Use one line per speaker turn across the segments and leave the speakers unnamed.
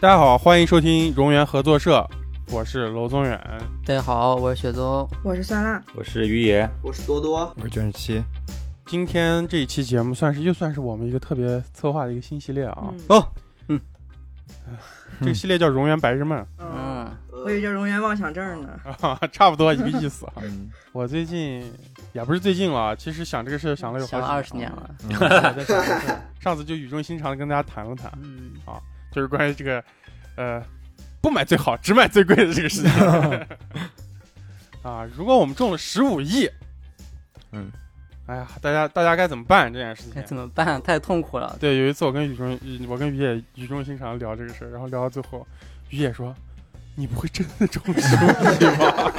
大家好，欢迎收听荣源合作社，我是娄宗远。
大家好，我是雪宗。
我是酸辣，
我是于爷，
我是多多，
我是九十七，
今天这一期节目算是又算是我们一个特别策划的一个新系列啊，
嗯，
哦，
这个系列叫《荣源白日梦
嗯
嗯，
我以为叫容颜妄想症呢。》
啊，差不多一个意思啊。
嗯，
我最近也不是最近了，其实想这个事想了有好
想
几
了二十年了。
我在想这个事儿上次就语重心长的跟大家谈了谈，
嗯，
就是关于这个，呃，不买最好，只买最贵的这个事情。啊，如果我们中了十五亿，
嗯，
哎呀，大家大家该怎么办这件事情？
该哎怎么办？太痛 苦了。
对，有一次我跟雨中，雨我跟于野语重心长地聊这个事儿，然后聊到最后，于野说：“你不会真的中十五亿 吧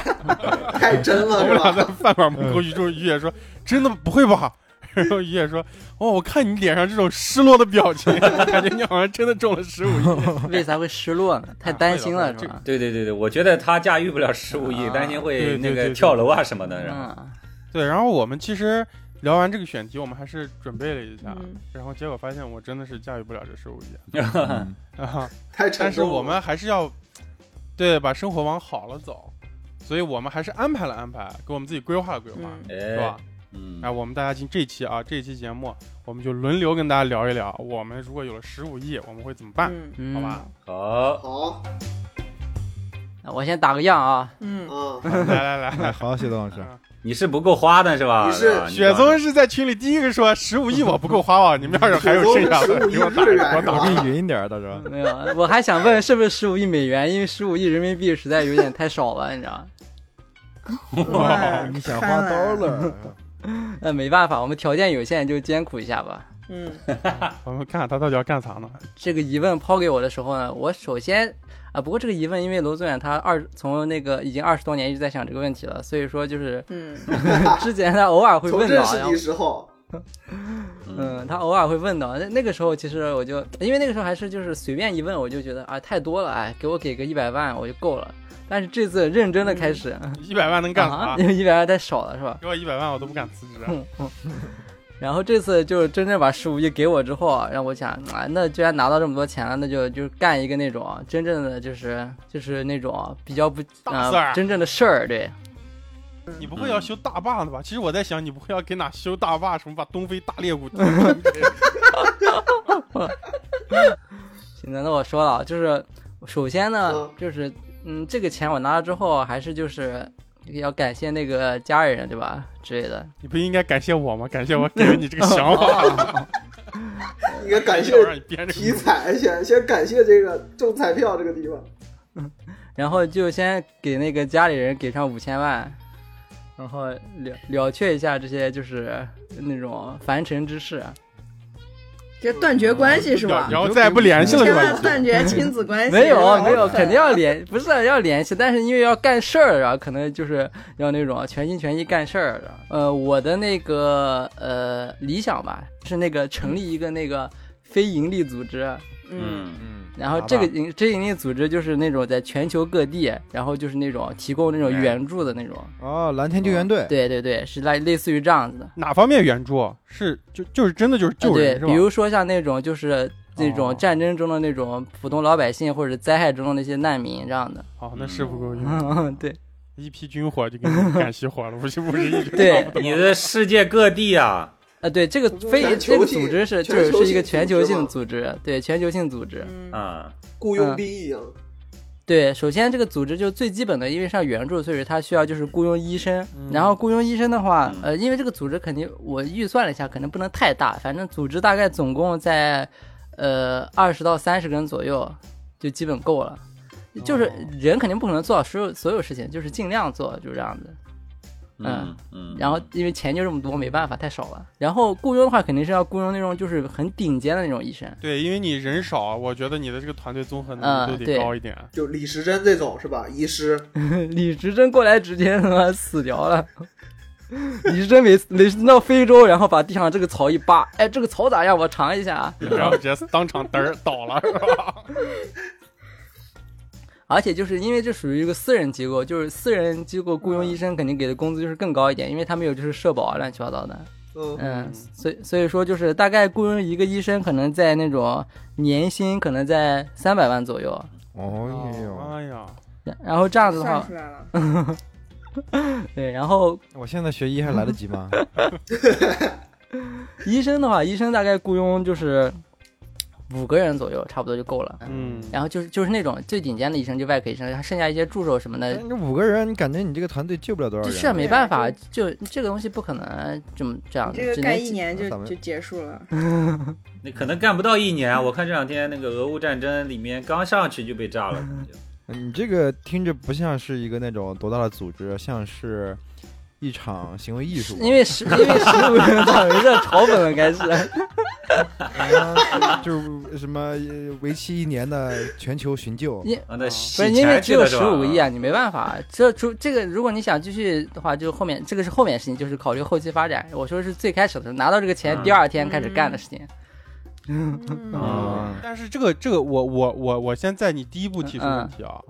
太真？”
我
了
们
是
俩在
吧？
饭馆门口，于中于野说：“真的不会吧？”然后于野说：“哦，我看你脸上这种失落的表情，感觉你好像真的中了十五亿。
为啥会失落呢？太担心了，是吧？
对对对对，我觉得他驾驭不了十五亿，
啊
担
对对
心会那
对
个
对
跳楼啊什么的。然后，
嗯，”
对，然后我们其实聊完这个选题，我们还是准备了一下，
嗯
然后结果发现我真的是驾驭不了这十 五亿
嗯
啊。
太沉重了。
但是我们还是要，对，把生活往好了走，所以我们还是安排了安排，给我们自己规划了规划，
嗯
是
哎
吧，？
嗯
哎，，我们大家今这期啊，这期节目我们就轮流跟大家聊一聊，我们如果有了十五亿，我们会怎么办？
嗯
嗯
好吧，
好，
好，
我先打个样啊，
嗯，
嗯，
来来来，
哎好，谢东老师，
你是不够花的是吧？
你 是
吧
雪宗是在群里第一个说十五亿我不够花啊，你们要是还有剩下的，给我打
15亿日
一
元
波
是吧
头。
我给你匀一点儿，到时候。
没有，我还想问是不是十五亿美元？ 因为十五亿人民币实在有点太少了，你知道？
哇
你想花刀？了？
那没办法，我们条件有限，就艰苦一下吧。
嗯
我们看他到底要干啥呢？
这个疑问抛给我的时候呢，我首先啊，不过这个疑问，因为娄宗远他二从那个已经二十多年一直在想这个问题了，所以说就是
嗯
之前他偶尔会
从
问啊到
认，识
然后
你时候，
嗯，他偶尔会问到，那那个时候其实我就因为那个时候还是就是随便一问，我就觉得啊太多了，哎，给我给个一百万我就够了。但是这次认真的开始， 啊
一百万能嗯干啥？
因为一百万太少了是吧？
给我一百万我都不敢辞职。啊
嗯嗯。然后这次就是真正把十五亿给我之后啊，让我想啊，那居然拿到这么多钱了，那就就干一个那种真正的就是就是那种比较不
大事儿
呃、真正的事儿，对，
你不会要修大坝的吧？其实我在想，你不会要给哪修大坝，什么把东非大裂谷
行，那我说了啊，就是首先呢
嗯，
就是嗯，这个钱我拿了之后，还是就是要感谢那个家人，对吧？之类的。
你不应该感谢我吗？感谢我给了你这个想法，
应该感谢
要让你编这
题
个。
材，先先感谢这个中彩票这个地
嗯
方。
然后就先给那个家里人给上五千万，然后了了却一下这些就是那种凡尘之事。啊
这断绝关系是吧？
然后再也不联系了是
千万
吧？
断绝亲子关系。
没有啊
老
没有，
粉
肯定要联， 不是啊要联系，但是因为要干事儿啊，可能就是要那种啊全心全意干事儿的。呃，我的那个呃理想吧，是那个成立一个那个非盈利组织，
嗯
嗯，
嗯，
然后这个营这盈利组织就是那种在全球各地，然后就是那种提供那种援助的那种，
哦，蓝天救援队，
对对对，是类类似于这样子的。
哪方面援助？是就就是真的就是
啊
救人
对，
是
比
吧？
如说像那种就是那
哦
种战争中的那种普通老百姓，或者灾害中的那些难民这样 的。
好，哦那是不够用，
嗯，对
一批军火就给你赶熄火了，五十五十亿。
对，
你的世界各地啊，
啊对，这个非这
全球
个
性
组织是就
全球
是
性
是一个全球
组织
性
嘛
组织，对全球性组织。
嗯
啊，
雇佣兵一样，
对，首先这个组织就最基本的，因为上援助，所以它需要就是雇佣医生。
嗯
然后雇佣医生的话，
嗯
呃，因为这个组织肯定我预算了一下，可能不能太大，反正组织大概总共在呃二十到三十个人左右，就基本够了。
哦
就是人肯定不可能做到所有所有事情，就是尽量做，就是这样子。
嗯嗯，
然后因为钱就这么多，没办法，太少了。然后雇佣的话，肯定是要雇佣那种就是很顶尖的那种医生。
对，因为你人少，啊我觉得你的这个团队综合能力
嗯
都得
对
高一点。啊
就李时珍这种是吧？医师，
李时珍过来直接他妈死掉了。 李时珍每次每次到非洲，然后把地上这个草一扒，哎，这个草咋样？我尝一下啊。
然后直接当场嘚儿倒 了，是吧？
而且就是因为这属于一个私人机构，就是私人机构雇佣医生肯定给的工资就是更高一点，因为他们有就是社保啊乱七八糟的。
嗯
嗯，所以所以说就是大概雇佣一个医生，可能在那种年薪可能在三百万左右，
哦呦，
哎呀，
然然后这样子的
算
话
出，来了，
对，然后
我现在学医还来得 及吗？
医生的话，医生大概雇佣就是五个人左右，差不多就够了。
嗯，
然后就是就是那种最顶尖的医生，就外科医生，还剩下一些助手什么的，
哎
你这哎五个人，你感觉你这个团队救不了多少
这
人。
事儿没办法，就这个东西不可能这么这样
你
的，
这个
只
干
能
一年就
咱们
就结束了，
你可能干不到一年。啊我看这两天那个俄乌战争里面刚上去就被 炸了，
你这个听着不像是一个那种多大的组织，像是一场行为艺术。
因为十因为十五个人早有点嘲讽了，开 始。
啊就是什么呃为期一年的全球寻救
因。
啊，那
哦不
洗
是因为
钱
只
去
有
了是
十
吧？
五个亿啊，你没办法。这除这个，如果你想继续的话，就后面这个是后面事情，就是考虑后期发展。我说是最开始的时候拿到这个钱，
嗯
第二天开始干的事情。
啊，
嗯但是这个这个我我我我先在你第一步提出
嗯
问题啊，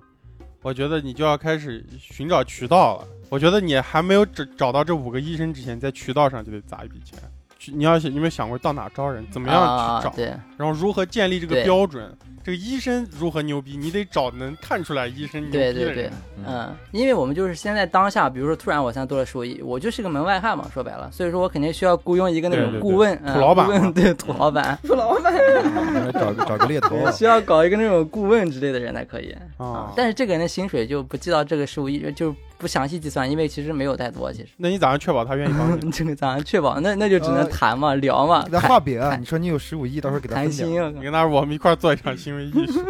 我觉得你就要开始寻找渠道了。我觉得你还没有找找到这五个医生之前，在渠道上就得砸一笔钱。去你要想你有没有想过到哪招人，怎么样
啊
去找，，
对，
然后如何建立这个
对
标准？这个医生如何牛逼？你得找能看出来医生牛逼的
对
人。
对对，嗯，因为我们就是现在当下，比如说突然我现在多了十五亿，我就是个门外汉嘛，说白了，所以说我肯定需要雇佣一个那
对
种
对对
顾问，嗯
土老板嗯
顾问对土老板，
不老板
找个找个猎 头，
需要搞一个那种顾问之类的人才可以
啊
但是这个人的薪水就不记到这个十五亿，就不详细计算，因为其实没有太多，其实。
那你咋样确保他愿意帮你？
这个咱确保，那那就只
呃
能谈嘛，聊嘛，
给他
谈
画饼啊，你说你有十五亿，到时候给他
谈
分点
心
儿。
啊。
你跟他说我们一块儿做一场行为艺术。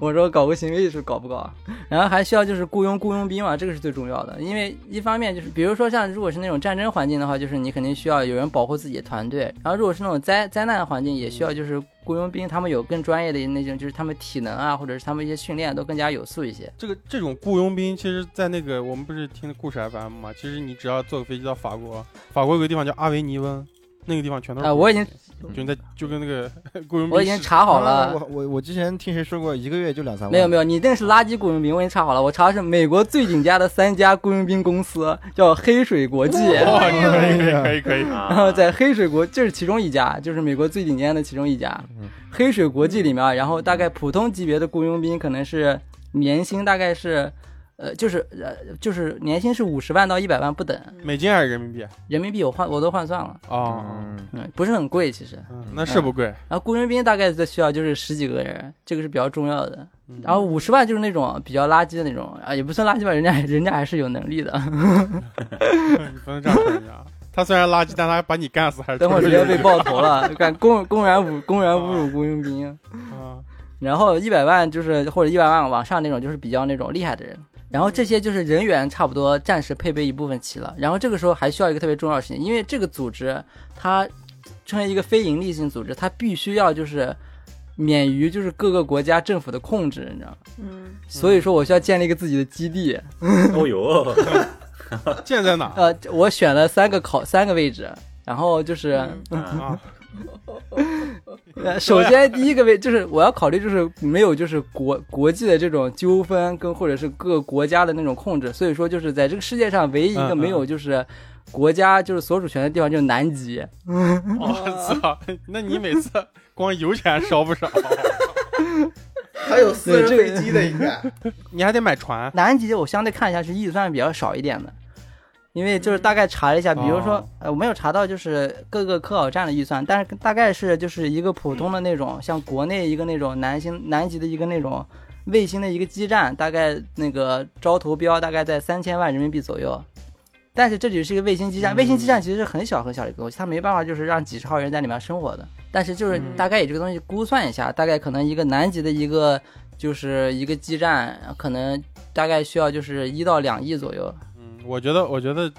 我说搞个行为艺术搞不搞啊？然后还需要就是雇佣雇佣兵嘛，这个是最重要的，因为一方面就是比如说像如果是那种战争环境的话，就是你肯定需要有人保护自己的团队，然后如果是那种灾灾难环境，也需要就是雇佣兵，他们有更专业的那种，就是他们体能啊，或者是他们一些训练都更加有素一些。
这个这种雇佣兵，其实，在那个我们不是听的故事 FM 嘛，其实你只要坐个飞机到法国，法国有个地方叫阿维尼翁，那个地方全都是
啊，我已经
就那就跟那个 雇佣兵，
我已经查好
啊
了
我。我我之前听谁说过，一个月就两三万。
没有没有，你那是垃圾雇佣兵，我已经查好了，我查的是美国最顶尖的三家雇佣兵公司，叫黑水国际。
哇，可以可以可以可以，
啊
然后在黑水国，这是其中一家，就是美国最顶尖的其中一家
嗯，
黑水国际里面啊，然后大概普通级别的雇佣兵可能是年薪大概是，呃，就是呃就是年薪是五十万到一百万不等，
美金还是人民币啊
人民币我换我都换算了，？
哦
嗯，
嗯，不是很贵其实。
嗯那是不贵，
然后雇佣兵大概最需要就是十几个人，这个是比较重要的。
嗯
然后五十万就是那种比较垃圾的那种啊，也不算垃圾吧，人家人家还是有能力的。
你不能这样说人家。他虽然垃圾，但他把你干死还是
嗯等会儿
儿
直接被爆头了，敢公公然侮公然侮辱雇佣兵。
啊，
然后一百万就是或者一百万往上那种，就是比较那种厉害的人。然后这些就是人员差不多暂时配备一部分齐了。然后这个时候还需要一个特别重要的事情，因为这个组织它成为一个非盈利性组织，它必须要就是免于就是各个国家政府的控制，你知道吗？
嗯，
所以说我需要建立一个自己的基地。
哦呦，
剑在哪
呃，我选了三个考三个位置，然后就是。
啊
啊？
呃，首先第一个位就是我要考虑，就是没有就是国国际的这种纠纷跟或者是各个国家的那种控制，所以说就是在这个世界上唯一一个没有就是国家就是所属权的地方就是南极，
我操！那你每次光油钱烧不少，
还有私人飞机的 应该，
你还得买船。
南极我相对看一下是预算比较少一点的。因为就是大概查了一下，比如说
哦，
呃，我没有查到就是各个科考站的预算，但是大概是就是一个普通的那种，像国内一个那种南星南极的一个那种卫星的一个基站，大概那个招投标大概在三千万人民币左右。但是这只是一个卫星基站，卫星基站其实是很小很小的一个东西，它没办法就是让几十号人在里面生活的。但是就是
嗯
大概以这个东西估算一下，大概可能一个南极的一个就是一个基站，可能大概需要就是一到两亿左右。
嗯，我觉得，我觉得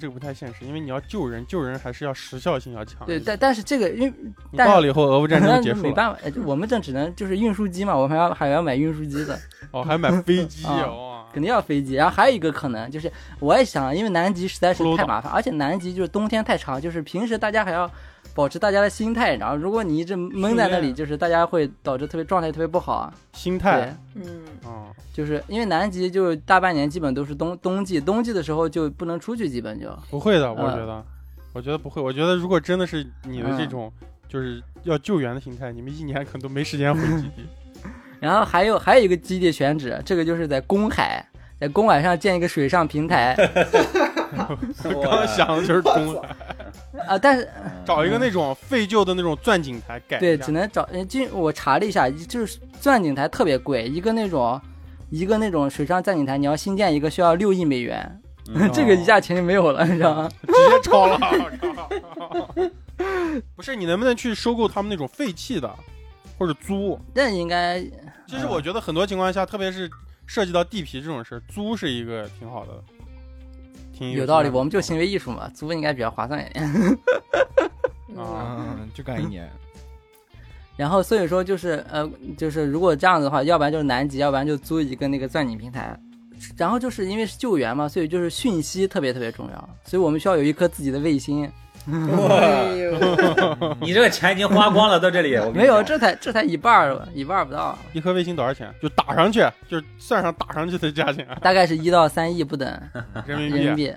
这个不太现实，因为你要救人，救人还是要时效性要强一
对，
些。
但但是这个因为
你
但是
到了以后，俄乌战争
那
就结束
没
了。
办法，呃我们这只能就是运输机嘛，我们还要还要买运输机的，
哦，还买飞机哦
啊
哇！
肯定要飞机。然后还有一个可能就是，我也想，因为南极实在是
骷髅
太
岛
麻烦，而且南极就是冬天太长，就是平时大家还要保持大家的心态，然后如果你一直闷在那
训
里，
练
就是大家会导致特别状态特别不好。
心
对
态，
嗯，
啊，
就是因为南极就是大半年基本都是冬冬季，冬季的时候就不能出去，基本就
不会的，
嗯
我觉得我觉得不会，我觉得如果真的是你的这
嗯
种就是要救援的心态，你们一年可能都没时间回基地。
然后还有还有一个基地选址，这个就是在公海，在公海上建一个水上平 台
我刚想的就是公海，
啊，但 是
找一个那种废旧的那种钻井台改一下。
嗯对，只能找。呃就我查了一下，就是钻井台特别贵，一个那种，一个那种水上钻井台，你要新建一个需要六亿美元，
嗯
这个一下钱就没有了，你知道吗？
直接哦超了。我靠 不是，你能不能去收购他们那种废弃的，或者租？
那应该
其实我觉得很多情况下，特别是涉及到地皮这种事儿，租是一个挺好的，挺
有道理。
想法
我们就行为艺术嘛，租应该比较划算一点。
啊
嗯，就干一年，
然后所以说就是呃，就是如果这样子的话，要不然就是南极，要不然就租一个那个钻井平台。然后就是因为是救援嘛，所以就是讯息特别特别重要，所以我们需要有一颗自己的卫星。
哇，
哎呦，
你这个钱已经花光了，到这里我跟你
没有，
讲
这才这才一半儿吧，一半儿不到，
一颗卫星多少钱？就打上去，就是算上打上去的价钱，
大概是一到三亿不等
人
人
民
民
币
币。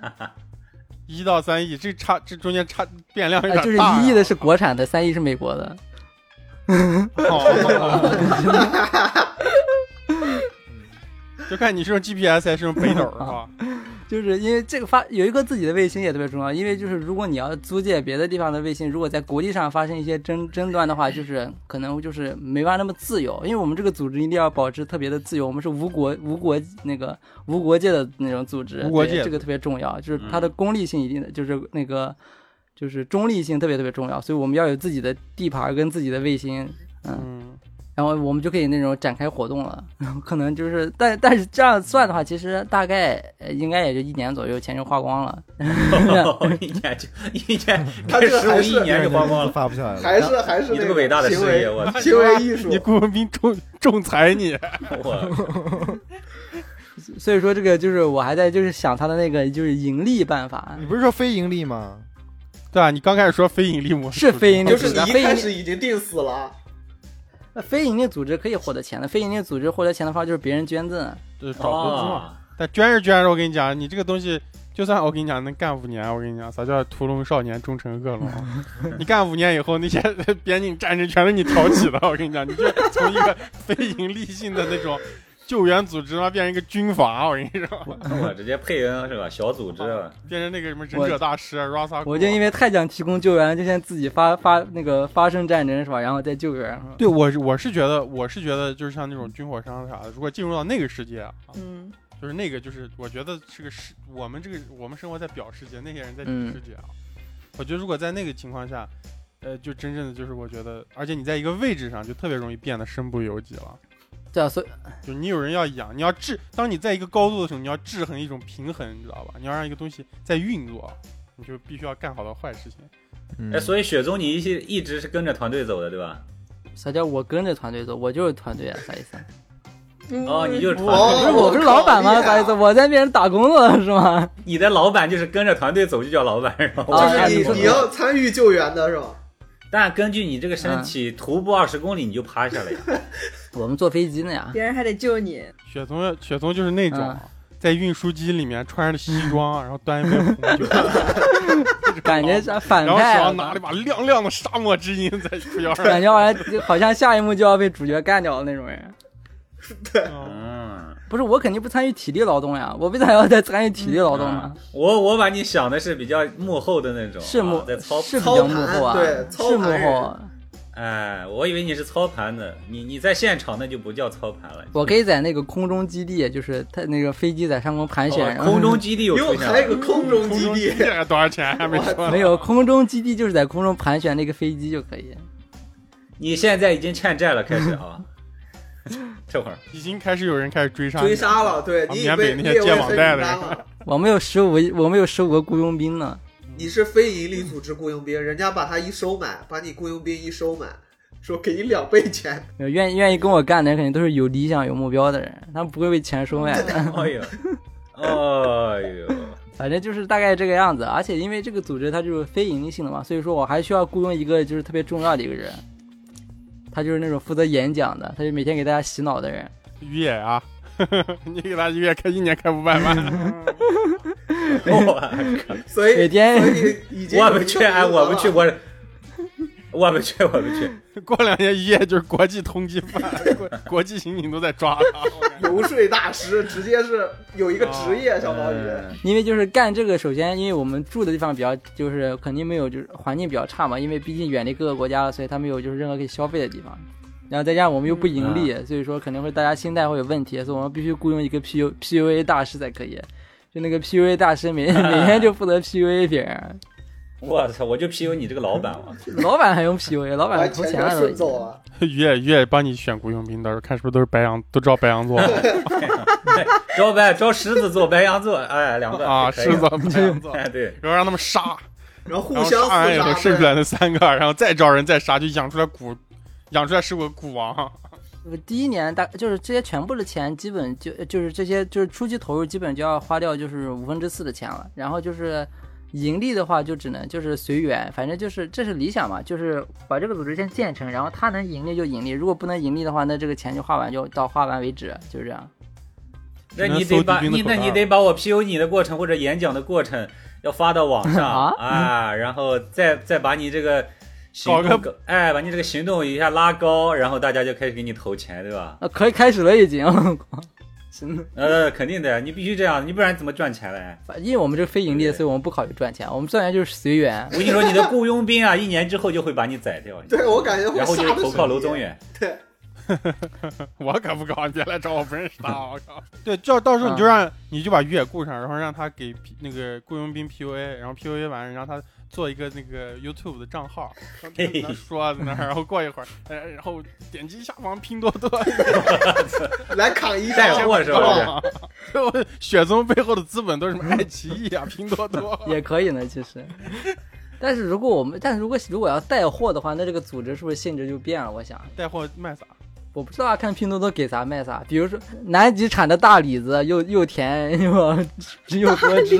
一到三亿，这差这中间差变量有点大、
呃，就是一亿的是国产的，三亿是美国的。
哦，就看你是用 GPS 还是用北斗是吧？
就是因为这个发有一个自己的卫星也特别重要，因为就是如果你要租借别的地方的卫星，如果在国际上发生一些争争端的话，就是可能就是没法那么自由，因为我们这个组织一定要保持特别的自由，我们是无国无国那个无国界的那种组织，
无国
对
界嗯
这个特别重要，就是它的功利性一定的就是那个就是中立性特别特别重要，所以我们要有自己的地盘跟自己的卫星，嗯
嗯，
然后我们就可以那种展开活动了， 然后可能就是，但但是这样算的话，其实大概呃应该也就一年左右，钱就花光了。
一年就一年，
他
这
这
十
还
五
是
一年就花光了。
发不下来了。
还
嗯
是还是
你这
个
个伟大的事
行为
业，我
行为艺术
你，雇佣兵仲仲裁你，
我
所以说这个就是我还在就是想他的那个就是盈利办法
你，不是说非盈利吗？
对啊，你刚开始说非盈利模式
是非盈利
就
组
是
织
你
啊，
一
非盈
开
利
始已经定死了，
呃非盈利组织可以获得钱的，非盈利组织获得钱的话就是别人捐赠，
就是找投资嘛。
哦，
但捐是捐，我跟你讲，你这个东西，就算我跟你讲能干五年，我跟你讲，啥叫屠龙少年终成 恶龙？你干五年以后，那些 边境战争全是你挑起的，我跟你讲，你就从一个非盈利性的那种救援组织嘛，变成一个军阀，我跟你说，
我直接配音是吧？小组织
变成那个什么忍者大师啊 Rasa，
我就因为太想提供救援，就先自己发发那个发生战争是吧，然后再救援是吧。
对我是我是觉得我是觉得就是像那种军火商啥的，如果进入到那个世界啊，
嗯，
就是那个，就是我觉得是个世，我们这个我们生活在表世界，那些人在
嗯
底世界啊。我觉得如果在那个情况下，呃，就真正的就是我觉得，而且你在一个位置上就特别容易变得身不由己了。
对啊，所以
就你有人要养，你要制，当你在一个高度的时候，你要制衡一种平衡，你知道吧？你要让一个东西在运作，你就必须要干好的坏事情。
嗯
哎，所以雪宗你一些一直是跟着团队走的，对吧？
啥叫我跟着团队走，我就是团队啊，啥意思啊？啊
哦，你就是团
哦
队，
不是我不是老板 吗？
我靠啊
啥意思？我在别人打工了是吗？
你的老板就是跟着团队走就叫老板，然后
哦
就
我
是
看
哎你
你
说
你要参与救援的是吧？
但根据你这个身体，徒步二十公里你就趴下了呀。
我们坐飞机呢呀。
别人还得救你，
雪松，雪松就是那种
嗯
啊、在运输机里面穿着西装，然后端一杯红 酒，
感觉像反
然后手
派啊，
上拿了一把亮亮的沙漠之音在腰上。
感觉好像好像下一幕就要被主角干掉的那种人。
嗯
嗯，
不是，我肯定不参与体力劳动呀，我为啥要再参与体力
嗯
劳动呢？
我我把你想的是比较幕后的那种，
是幕
啊在操，
是比较幕后啊，
操盘对操
是幕
盘
后。啊
哎，我以为你是操盘的，你你在现场那就不叫操盘了。
我可以在那个空中基地，就是他那个飞机在上空盘旋，
哦
然后
空中基地有
又
出
还
现
有个空中
空
基
中基
地，
地多少钱还没说呢
没有空中基地就是在空中盘旋那个飞机就可以。
你现在已经欠债了，开始啊。这会儿
已经开始有人开始追杀你
追杀了，对
啊
你
缅
被
北那些
列为
借网
非
贷
名
的
单
人
了，
我们有十五，我们有十五个雇佣兵呢。
你是非营
嗯
利组织雇佣兵，人家把他一收买，把你雇佣兵一收买，说给你两倍钱，
呃愿意愿意跟我干的人，肯定都是有理想、有目标的人，他们不会为钱收买的。
哎呦，哎呦，
反正就是大概这个样子。而且因为这个组织它就是非盈利性的嘛，所以说我还需要雇佣一个就是特别重要的一个人，他就是那种负责演讲的，他就每天给大家洗脑的人。
于野啊，你给他一个月开一年开五百万，
我靠！
所以
每天
哎所以已 经
我
有
不
一
去，
个
哎，
名额
我不去，
了
我我不去，我不去。
过两天一夜就是国际通缉犯，国国际刑警都在抓他。我感觉
游说大师，直接是有一个职业，相当于。
嗯
因为就是干这个，首先因为我们住的地方比较，就是肯定没有，就是环境比较差嘛，因为毕竟远离各个国家了，所以他没有就是任何可以消费的地方。然后再加上我们又不盈利，
嗯
所以说肯定会大家心态会有问题，所以我们必须雇佣一个 PU PUA 大师才可以。就那个 PUA 大师 每每天就负责 PUA 别人，
我操！我就 PU 你这个老板嘛，
老板还用 PUA，老板
把
投
钱
钱
全
了都
顺
已
走
经。
了，
于越于越帮你选雇佣兵的时候，看是不是都是白羊，都招白羊座
招白招狮子座、白羊座，哎，两个
啊，
可以
狮子、白羊 座，
哎，对，
然后让他们杀，
然后互
然后
相
杀完以后
厮
剩出
杀。
来那三个，然后再招人再杀，就养出来蛊，养出来是个蛊王。
我第一年大就是这些全部的钱，基本就就是这些就是初期投入，基本就要花掉就是五分之四的钱了。然后就是盈利的话，就只能就是随缘，反正就是这是理想嘛，就是把这个组织先建成，然后它能盈利就盈利，如果不能盈利的话，那这个钱就花完就到花完为止，就是这样。
那
只能
你
搜
得
集
把
兵的
你
口
那
袋
你得把我 PU 你的过程或者演讲的过程要发到网上
啊
啊，然后再再把你这个行
搞
动哎，把你这个行动一下拉高，然后大家就开始给你投钱，对吧？
啊，可以开始了已经， 真的，
呃，肯定的，你必须这样，你不然怎么赚钱嘞？
因为我们这个非盈利，所以我们不考虑赚钱，我们赚钱就是随缘
我。跟你说，你的雇佣兵啊，一年之后就会把你宰掉，
对我感觉会
然后就
杀的
投
是
靠
你啊
楼宗。远。
对，
我可不搞，你别来找我不认识他。我靠！ 嗯对，就到时候你就让、你就把越雇上，然后让他给 P- 那个雇佣兵 PUA，然后 PUA 完让他做一个那个 YouTube 的账号，然后在那说在那儿，然后过一会儿，呃然后点击下方拼多 多
来扛一
带
刀，
货是吧？
啊，我雪宗背后的资本都是什么爱奇艺啊、拼多多。
也可以呢，其实。但是如果我们，但是如果如果要带货的话，那这个组织是不是性质就变了？我想，
带货卖啥？
我不知道啊看拼多多给啥卖啥。比如说南极产的大李子，又 又甜又又多 汁，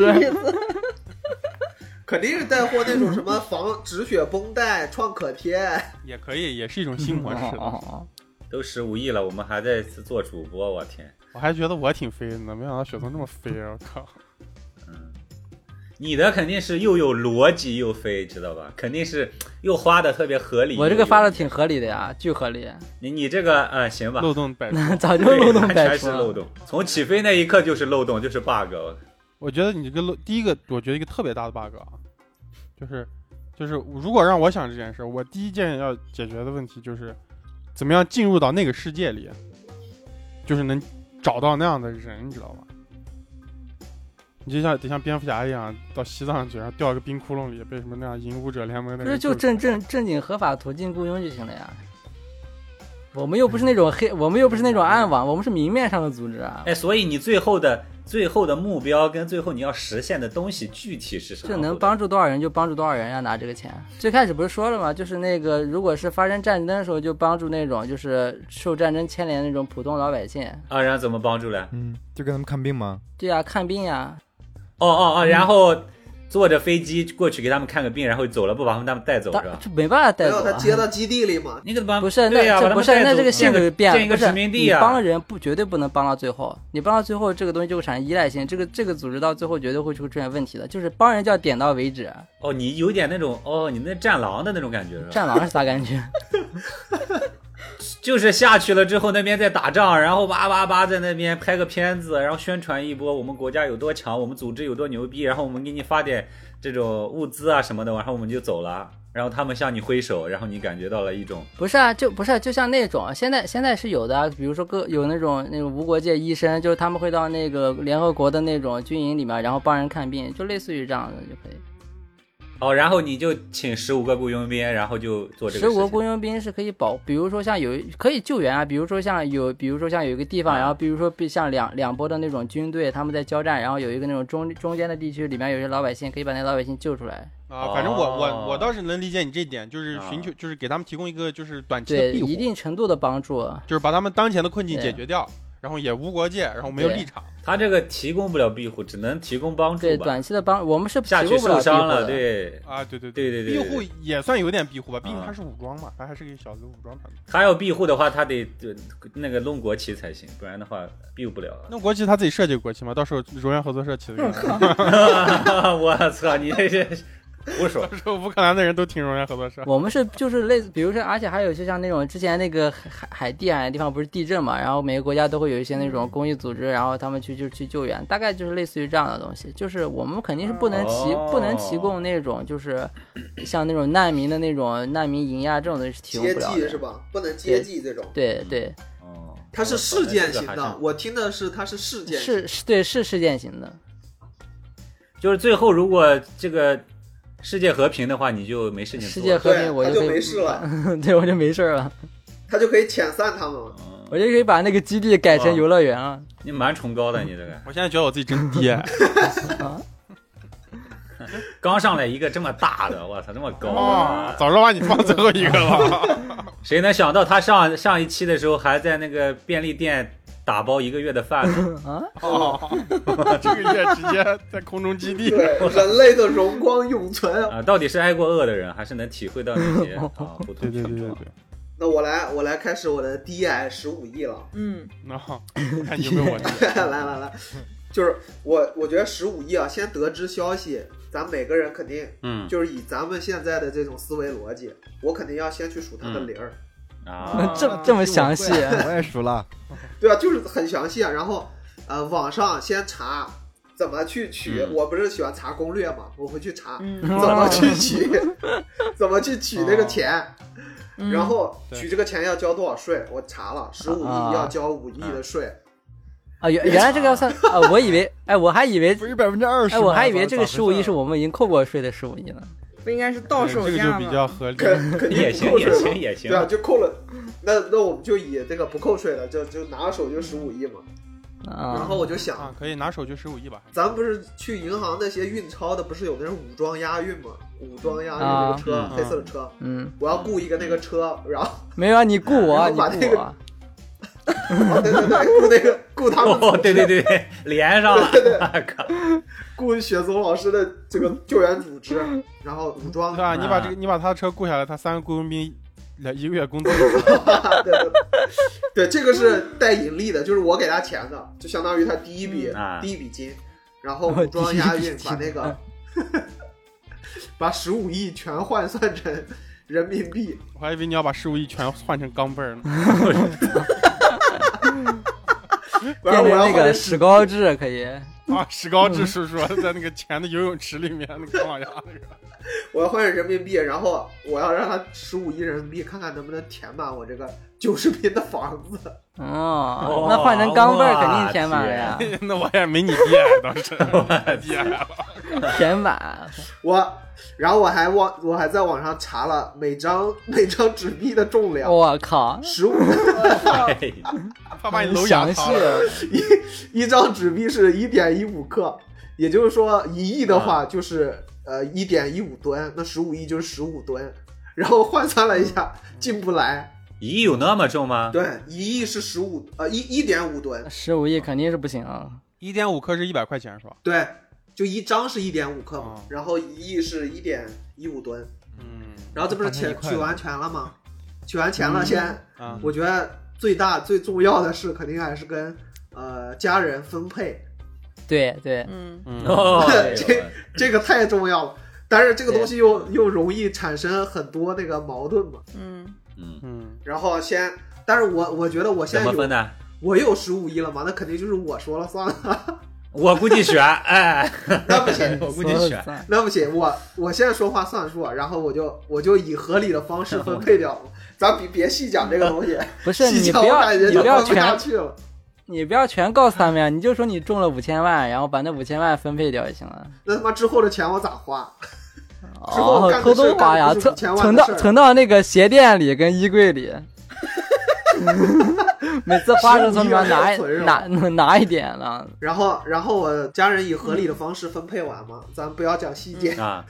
肯定是带货那种什么防止血绷带、创可贴。
也可以，也是一种新模式。
哦哦
都十五亿了，我们还在做主播，我天！
我还觉得我挺飞的呢，没想到雪松这么飞，啊我靠！
嗯你的肯定是又有逻辑又飞，知道吧？肯定是又花的特别合理。
我这个
又有
发的挺合理的呀，巨合 理，
你你这个呃行吧，
漏洞百出。
早就
对
漏洞
完
百
全
出
是漏
了。
洞。从起飞那一刻就是漏洞，就是 bug。
我觉得你这个漏，第一个，我觉得一个特别大的 bug 啊，就是就是如果让我想这件事，我第一件要解决的问题就是怎么样进入到那个世界里，就是能找到那样的人，你知道吧？你就像得像蝙蝠侠一样到西藏去，然后掉个冰窟窿里，被什么那样影武者联盟的
不
人
是就
救出来
正正正经合法途径雇佣就行了呀。我们又不是那种黑，我们又不是那种暗网，我们是明面上的组织啊。
哎，所以你最后的最后的目标跟最后你要实现的东西具体是什么？
这能帮助多少人就帮助多少人，要拿这个钱。最开始不是说了吗？就是那个，如果是发生战争的时候，就帮助那种就是受战争牵连的那种普通老百姓。
啊？然后怎么帮助嘞？
嗯，就跟他们看病吗？
对呀、看病啊呀、
哦哦哦，然后坐着飞机过去给他们看个病，然后走了不把他们他们带走
当
是吧？
这没办法带
然
走、
后他
啊。
接到基地里嘛，
你给他们
不是，那
对呀，把
这
他
不
们
是
带走
那这个性质就变了，
建一个
不是
殖民地
你
啊！
帮人不绝对不能帮到最后，你帮到最后，这个东西就会产生依赖性，这个这个组织到最后绝对会出出现问题的，就是帮人就要点到为止。
哦，你有点那种哦，你那战狼的那种感觉是吧？
战狼是啥感觉？
就是下去了之后，那边在打仗，然后叭叭叭在那边拍个片子，然后宣传一波我们国家有多强，我们组织有多牛逼，然后我们给你发点这种物资啊什么的，然后我们就走了。然后他们向你挥手，然后你感觉到了一种
不是啊，就不是啊、就像那种现在现在是有的啊，比如说各有那种那种无国界医生，就是他们会到那个联合国的那种军营里面，然后帮人看病，就类似于这样的就可以。
哦，然后你就请十五个雇佣兵，然后就做
十
这个事情。
国雇佣兵是可以保，比如说像有可以救援啊，比如说像有，比如说像有一个地方，
啊
然后比如说比像两两波的那种军队，他们在交战，然后有一个那种中中间的地区里面有些老百姓，可以把那老百姓救出来。
啊，反正我我
哦
我倒是能理解你这一点，就是
啊
寻求，就是给他们提供一个就是短期的
对，
庇护，
一定程度的帮助。啊
就是把他们当前的困境
对
解决掉，然后也无国界，然后没有
对
立场。
他这个提供不了庇护，只能提供帮助
对，
吧。
短期的帮我们是
下
提
去
供不了
受
庇护
伤
的
了，，对
啊，对对
对对对
庇护
对
也算有点庇护吧，毕竟
啊
他是武装嘛，他还是个小的武装团队。
他要庇护的话，他得对那个弄国旗才行，不然的话庇护不了。啊
那国旗他自己设计的国旗嘛，到时候荣耀合作社起的。
我靠，
我操，你这是胡 说！
到时候乌克兰的人都听荣耀合作社。
我们是就是类似，比如说，而且还有就像那种之前那个海海海地啊地方不是地震嘛，然后每个国家都会有一些那种公益组织，然后他们去就去救援，大概就是类似于这样的东西。就是我们肯定是不能提、
哦
不能提供那种就是像那种难民的那种难民营呀这种东西是提供
接
不了
济是
的。
吧？不能接济这种，
对对，
哦，
它是事件
这
型
个还
的。
是，
我听的是它是事件型，
是是，对是事件型的，
就是最后如果这个世界和平的话，你就没事情
世
做。
界和
对，
平我
它
就可以
没事了，
对我就没事儿了，
它就可以遣散他 们了。
嗯
我就可以把那个基地改成
哇
游乐园了。
你蛮崇高的，你这个
我现在觉得我自己真爹，
刚上来一个这么大的，啊我操，这么高、
哦， 早知道把你放最后一个了。
谁能想到他上上一期的时候还在那个便利店打包一个月的饭呢？
哦， 这个月直接在空中基 地
对，人类的荣光永存。
啊，到底是挨过饿的人，还是能体会到那些啊不
对对
同
对
形
对
状？
对，
那我来，我来开始我的 DI 十五亿了。
嗯，
那看你 问我这
来来来，就是我我觉得十五亿啊，先得知消息，咱每个人肯定
嗯，
就是以咱们现在的这种思维逻辑，我肯定要先去数它的零儿。
啊，
这嗯么这么详细，
我也数了，
对啊，就是很详细啊。然后呃，网上先查怎么去取，
嗯
我不是喜欢查攻略嘛，我会去查
嗯
怎么去取，
哦
怎么去取那个钱，
嗯
然后
对
取这个钱要交多少税，我查了，十五
啊
亿要交五亿的税。
啊，原原来这个要算啊，我以为，哎，我还以为，
不是百分之二十？
哎，我还以为这个
咋回事
十五亿是我们已经扣过税的十五亿呢。
不应该是
对
到手
这个
价
就比较
吗？
合理。
肯肯定
啊也
不
行
扣
也
税嘛
行也行
对，啊，就扣了。那那我们就以这个不扣税的，就就拿手就十五亿嘛。然
啊，
后我就想，
啊，可以拿手啊就十五亿吧。
咱们不是去银行那些运钞的，不是有那种武装押运吗？武装押运
啊
那个车
嗯，
黑色的车，
嗯，
我要雇一个那个车，然后
没有啊，你雇我，你
然后把那
雇
个
我，啊
哦对对对，雇那个雇他们
哦，对对对，对连上了，靠，
雇雪松老师的这个救援组织，然后武装
对，
啊
吧？你把这个你把他的车雇下来，他三个雇佣兵两一个月工 资。
对 对对，这个是带盈利的，就是我给他钱的，就相当于他第一笔
嗯
第一笔金，然后
哦
武装押运把那
啊
个 把十五亿全换算成人民币，
我还以为你要把十五亿全换成钢镚儿呢。
变成
不然我要
那
换成
个史高治可以。
啊，石膏志叔叔在那个钱的游泳池里面，那个钢网牙那个。
我要换成人民币，然后我要让他十五亿人民币，看看能不能填满我这个九十平的房子。
哦，那换成钢镚儿肯定填满了呀，
那我也没你厉害，倒 是厉害了。
填满。
我，然后我还网我还在网上查了每张每张纸币的重量，
我靠，
十五
哎
怕把你
很
楼牙
详细啊
塌了。
一 张纸币是一点一五克，也就是说一亿的
嗯
话就是、呃一点一五吨，那十五亿就是十五吨，然后换算了一下
嗯
进不来，
咦，有那么重吗？
对，一亿是十五呃一一点五吨，
十五亿肯定是不行啊。
一点五克是一百块钱是吧？
对，就一张是一点五克嘛，
哦
然后一亿是一点一五吨，
嗯
然后这不是
换成一
钱
块嗯
取完钱了吗？取完钱了先，
啊，
我觉得最大最重要的是肯定还是跟呃家人分配，
对对，
嗯，
嗯，
哦，哎呦
这这个太重要了。但是这个东西又又容易产生很多那个矛盾嘛。
嗯，
嗯，
嗯，
然后先，但是我我觉得我现
怎
在
么分
有
呢？
我有十五亿了嘛，那肯定就是我说了 算了。
我估计选，哎，
那不行，
我估计
所有
选，
算
那不行，我我现在说话算数，啊然后我就我就以合理的方式分配掉。 咱别别细讲这个东西，
不嗯是
细
你
讲
不
我
要
感觉
你
就
不要
分不下
全
去了。
你不要全告诉他们呀，你就说你中了五千万，然后把那五千万分配掉就行了。
那他妈之后的钱我咋花？之后
哦
干，
偷
的事儿
偷花呀，
干的就是
存
五千万
存
的
到
事儿
存到那个鞋垫里跟衣柜 里。每次花的时候
15
从里面拿
一个人存
拿拿拿一点呢。
然后然后
嗯
我家人以合理的方式分配完嘛，咱不要讲细节。
啊，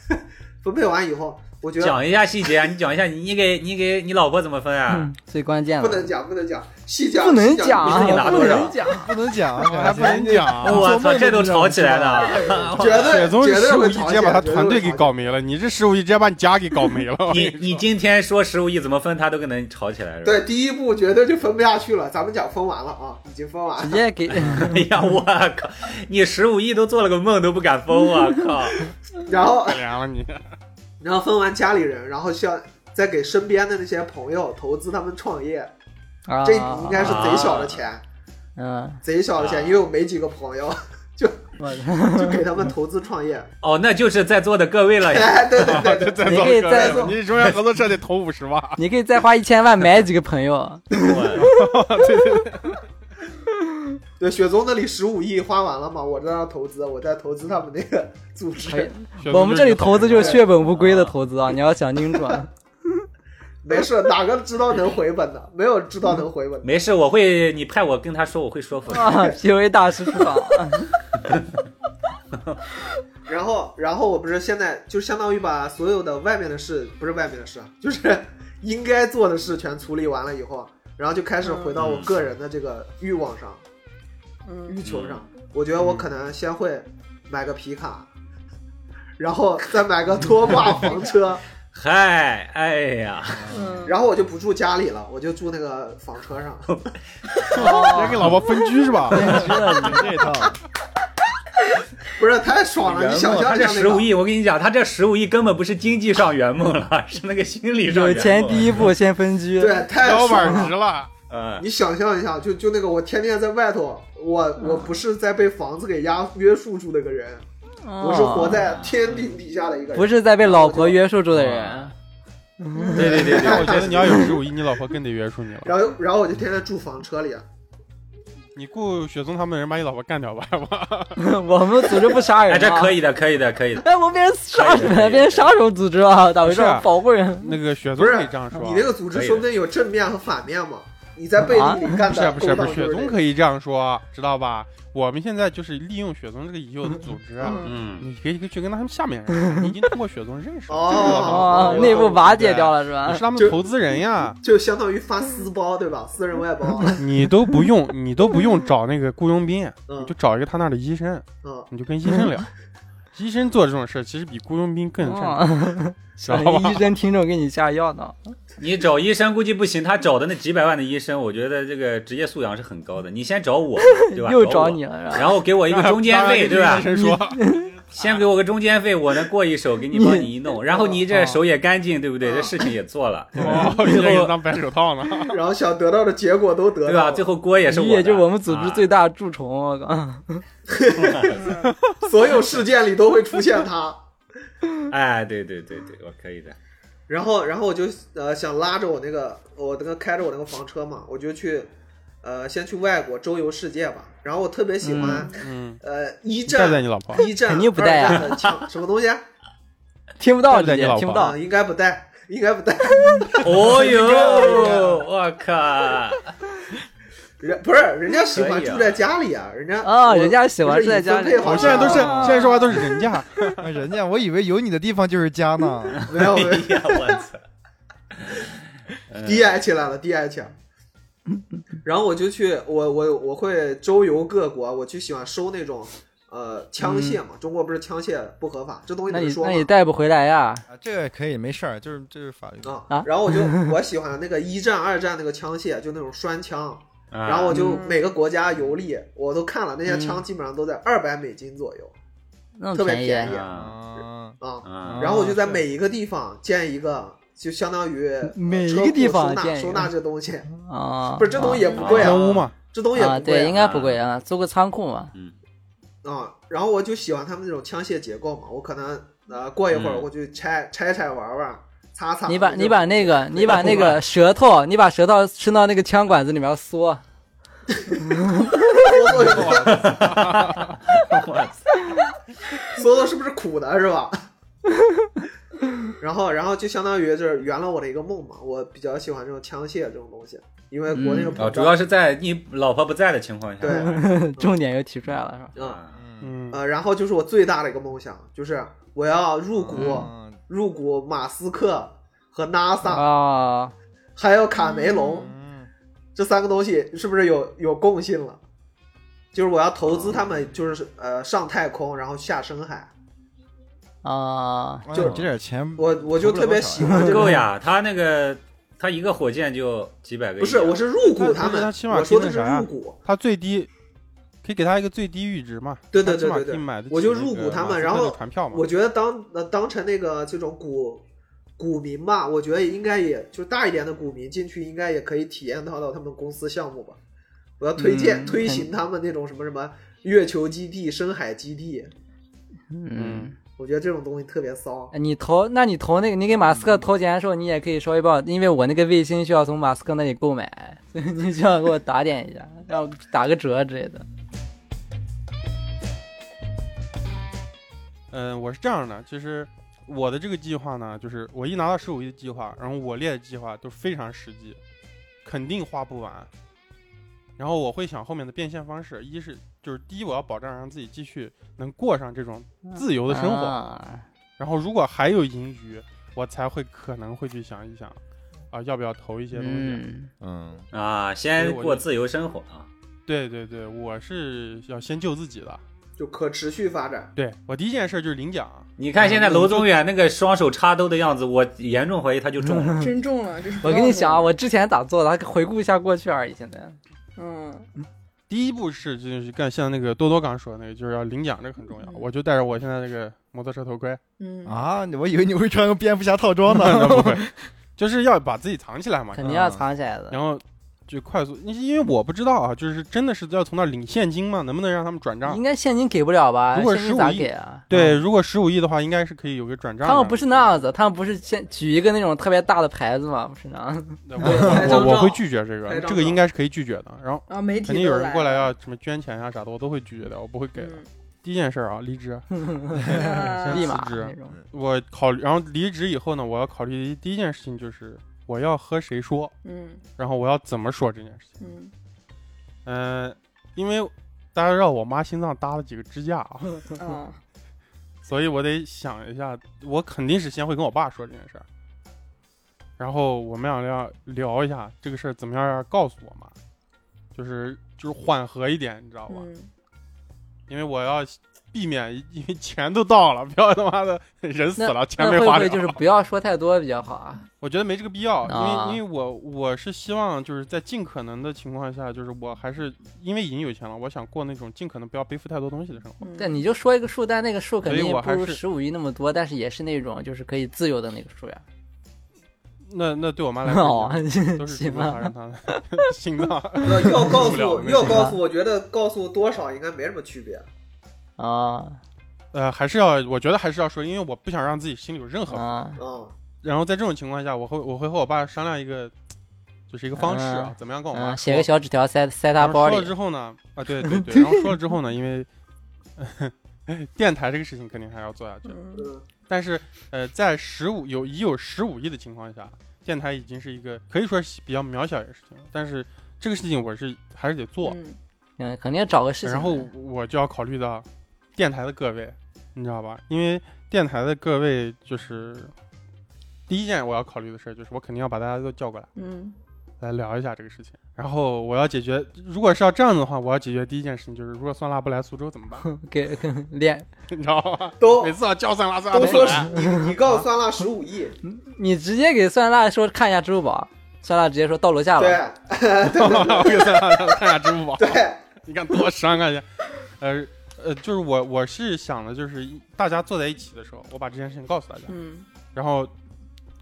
分配完以后，我觉得
讲一下细节啊，你讲一下，你你给你给你老婆怎么分啊？
嗯，最关键
不
了，
能讲，不能讲，细讲
不能啊
细讲，
不是你拿多少
能讲，
啊不能 讲，
还不能讲。
哎我
做
操，
梦
这
都
都
不知道
吵起来了。啊
绝对
雪宗
绝对
十五
会
亿直
吵起来
接把他
绝对
团队
会
给
吵
搞没了，你这十五亿直接把你家给搞没了。我跟
你
说
你今天说十五亿怎么分，他都跟能吵起来是吧？
对，第一步绝对就分不下去了。咱们讲分完了啊，已经分完
直
了。
接 给
哎呀，我靠！你十五亿都做了个梦都不敢封，我靠！
然后，
可怜了你，
然后分完家里人，然后像再给身边的那些朋友投资他们创业，
啊，
这应该是贼小的钱，
嗯，
贼小的
啊
钱，因为我没几个朋友，
我
就给他们投资创业。
哦，那就是在座的各位了呀。
哎，对对对对，
这再
你
造
可以
个
再
人
造
你中央合作社得投五 十万。
你可以再花一千万买几个朋友，
我
对雪宗那里十五亿花完了嘛，我这要投资，我再投资他们那个组织。
雪宗
我们这里投资就是是血本无归的投资啊，你要想清楚 啊。
没事，哪个知道能回本的？没有知道能回本的。
没事，我会，你派我跟他说，我会说服他。
啊，PUA 大师啊出场，
然后，然后我不是现在就相当于把所有的外面的事，不是外面的事，就是应该做的事全处理完了以后，然后就开始回到我个人的这个欲望上、
嗯
欲求上。我觉得我可能先会买个皮卡，然后再买个拖挂房车，
嗨，哎呀，
嗯，
然后我就不住家里了，我就住那个房车上。
直
哦
接给老婆分居是 吧？
知道你这一套，
不是太爽了，你
圆
想
梦，哎他
象一
这
下那
十五
个，
亿，我跟你讲，他这十五亿根本不是经济上圆梦了， 是那个心理上
有
圆梦。
钱第一步先分居，
对，太
腰
爽
板
了
直。 了，
嗯，
你想象一下，就就那个我天天在外头，我我不是在被房子给压约束住的一个人，
哦
我是活在天顶底下的一个人。
不是在被老婆约束住的人，
对对对
但我
对，
觉得你 要有十五亿，你老婆更得约束你了。
然后然后我就天天住房车里，啊
你雇雪松他们人把你老婆干掉吧，好吧？
我们组织不杀人
哎，
啊，
这可以的，可以的，可以的。
哎，我变成杀手
可以可
了，
以
变成杀手组织啊了，咋回事
不是？
保护人，
那个雪
不
松
是
可以这样说啊，
你那个组织
可以的
说不定有正面和反面嘛。你在背地里干
不是
的
啊不
勾
是
当
不，
就是是
雪
这
松
个，
可以这样说，知道吧？我们现在就是利用雪松这个已有的组织啊，
嗯，
你可以去跟他们下面人，你已经通过雪松认识了，
哦
知道吧
哦
哦，
内部瓦解掉了是
你
吧
是？他
就
们投资人呀，
就相当于发私包对吧？私人外包，啊
你都不用，你都不用找那个雇佣兵，
嗯
你就找一个他那儿的医生，
嗯，
你就跟医生聊。医生做这种事儿其实比雇佣兵更擅长，
哦，
知道吧
医？生听众给你下药呢，
你找医生估计不行，他找的那几百万的医生，我觉得这个职业素养是很高的。你先 找我，对吧？
又
找
找
我
你了是吧？哦
然后给我一个中间 费，对
当然
吧
这？个医生说，
先给我个中间费，我能过一手，给你帮你一 弄，然后你这手也干净，对不
哦
对？这事情也做了，对吧？
哦，医生也当白手套呢。
然后想得到的结果都得
对
到
吧？
了，
最后锅也是我
你
的，
也就是我们组织最
啊
大的蛀虫，我靠！
所有事件里都会出现他。
哎，对对对对，我可 以的。
然后，然后我就呃想拉着我那个呃我那个开着我那个房车嘛，我就去呃先去外国周游世界吧。然后我特别喜欢、
嗯，
呃一
带
战
不带你老婆？
一战
肯定不带啊
二战的枪什么东西啊、
听不到
对
直
你
接
老
听不
婆
到
呃，应该不带， 应该不带。
哦呦，我靠！
人不是人家喜欢
可以啊
住在家里啊，人家
啊
我
人家喜欢
不是
住在
已
家
分
里
配
我
好了
现在都是
啊
现在说话都是人家，
人家 我以为有你的地方就是家呢。
没有
哎
没有
呀，我操！
低矮起来了，低矮起来了。然后我就去，我我我会周游各国，我去喜欢收那种呃枪械嘛，中国不是枪械不合法，这东西
嗯那
能
你
说啊
那
吗？
你带不回来呀？
啊，这个可以，没事儿，就是这是法律。
啊
啊，
然后我就我喜欢那个一战、二战那个枪械，就那种栓 枪，
啊
然后我就
嗯
每个国家游历，我都看了，
嗯
那些枪基本上都在二百美金左右
那
特
么
别
便
便
宜
宜，
啊
啊，
啊。
啊！
然后我就在
对
每一个地方建一个，就相当于呃
每一
车
个地
库
方
收纳
建一
收
个
纳这东西，
啊！
不是这东西也不
啊
贵
空
啊，
屋嘛，
这东西也
啊，
不贵
对，
啊
应该不贵啊，租个仓库嘛。
啊。然后我就喜欢他们那种枪械结构嘛，我可能呃过一会儿
嗯
我就拆拆拆玩玩，擦擦。
你把
就
你 把那个你把那个舌头，你把舌头伸到那个枪管子里面缩，
梭梭有
我操！
搜搜是不是苦的，是吧？ 然后，然后就相当于就是圆了我的一个梦嘛。我比较喜欢这种枪械这种东西，因为国内的
哦，
保
主要是在你老婆不在的情况下。
对
重点又提出来了，是吧？
嗯
啊
嗯
嗯，
呃，然后就是我最大的一个梦想，就是我要入股
嗯
入股马斯克和 NASA，、
啊，
还有卡梅隆、
嗯，
这三个东西，是不是有有共性了？就是我要投
嗯
资他们，就是呃上太空，然后下深海。
啊，
哎呦
就
这点钱，
我我就特别喜欢这
不
个
够，呀，他那个他一个火箭就几百个亿啊。
不是，我是入股他
他他
们，
起码
我
听
说的
那
是
啥呀
入股，
他最低可以给他一个最低阈值嘛？
对对
他起码
对对
可以
对
买得起
我就
那
入
个
股他
马
们
斯
然
克的
后
船票嘛。
我觉得当呃当成那个这种股股民吧，我觉得应该也就大一点的股民进去，应该也可以体验到到他们公司项目吧。我要推荐、
嗯
推行他们那种什么什么月球基地、深海基地，
嗯，
我觉得这种东西特别骚。
嗯
你投，那你投那个，你给马斯克投钱的时候，你也可以稍微帮我，因为我那个卫星需要从马斯克那里购买， 所以你就要给我打点一下，让我打个折之类的。
嗯，我是这样的，就是我的这个计划呢，就是我一拿到十五亿的计划，然后我列的计划都非常实际，肯定花不完。然后我会想后面的变现方式，一是就是第一，我要保障让自己继续能过上这种自由的生活。
嗯啊
然后如果还有盈余，我才会可能会去想一想，啊，要不要投一些东西。
嗯，
嗯，
啊，
所
先
以我就
过自由生活啊。
对对对，我是要先救自己的。
就可持续发 展。
对我第一件事就是领奖，
你看现在楼宗远那个双手插兜的样子，我严重怀疑他就中
嗯
了。
真中了，这是
嗯我跟你讲啊，
我
我之前咋做的，回顾一下过去而已。现
啊
在，
嗯
第一步是就是干像那个多多刚说的那个，就是要领奖，这个很重要。我就戴着我现在这个摩托车头盔，
嗯
啊，我以为你会穿个蝙蝠侠套装
那
呢。
不会，就是要把自己藏起来嘛。
肯定要藏起来的。
然后就快速，因因为我不知道啊，就是真的是要从那儿领现金吗？能不能让他们转账
应？该现金给不了吧？
如果
现金咋
15亿
给啊？
对，如果十五亿的话，应该是可以有个转账的。
他们不是那样子，他们不是先举一个那种特别大的牌子嘛，不是那样。
对，我我我我会拒绝这
拍
个，
张
这个
照
应该是可以拒绝的。然后
啊，媒体
肯定有
都嗯
人过来
了
要什么捐钱啊啥的，我都会拒绝的，我不会给 的。第一件事儿啊，离职。
嗯
立马
辞职
那种。
我考虑，然后离职以后呢，我要考虑第一件事情就是我要和谁说，
嗯
然后我要怎么说这件事情。
嗯，
嗯、因为大家知道我妈心脏搭了几个支架啊，
啊，
所以我得想一下，我肯定是先会跟我爸说这件事儿，然后我们俩要聊一下这个事儿怎么样要告诉我妈，就是就是缓和一点，你知道吧？
嗯
因为我要避免， 因为钱都到了，不要他妈的人死了，钱
那
没
会不
花
会
了。
就是不要说太多比较好啊？
我觉得没这个必要，因为、
啊
因为我我是希望就是在尽可能的情况下，就是我还是因为已经有钱了，我想过那种尽可能不要背负太多东西的生活。
嗯
对，你就说一个数，但那个数肯
所以
定
我
不
还
如
是
十五亿那么多，但是也是那种就是可以自由的那个数呀。
那那对我妈来
哦
说，都是
行
主要
吧，
让她的 心 脏。
要要告
不
诉
了
我
没事
要
啊
告诉我，我觉得告诉多少应该没什么区别。
啊
呃，还是要，我觉得还是要说，因为我不想让自己心里有任何。
啊，
嗯，
然后在这种情况下，我会我会和我爸商量一个，就是一个方式啊，
嗯
怎么样跟我妈
嗯，
说
写个小纸条塞塞他
然后
包
说了
里
之。后呢，啊，对对对，然后说了之后呢，因为 电台这个事情肯定还要做下去，
嗯
嗯
但是呃，在十五有已有十五亿的情况下，电台已经是一个可以说是比较渺小的事情了，但是这个事情我是还是得做，
嗯
嗯，肯定要找个事情。
然后我就要考虑到电台的各位，你知道吧？因为电台的各位就是第一件我要考虑的事儿，就是我肯定要把大家都叫过来。
嗯
来聊一下这个事情。然后我要解决，如果是要这样子的话，我要解决第一件事情就是，如果酸辣不来苏州怎么办？
给 给练，
你知道吗？
都
每次要叫酸辣，酸辣
都
不
说
来。
你你告诉酸辣十五亿，
你直接给酸辣说看一下支付宝，酸辣直接说到楼下
对啊
了。
我给酸辣看下支付宝，
对，
你看多十万块钱。呃呃，就是我我是想的，就是一大家坐在一起的时候，我把这件事情告诉大家，
嗯
然后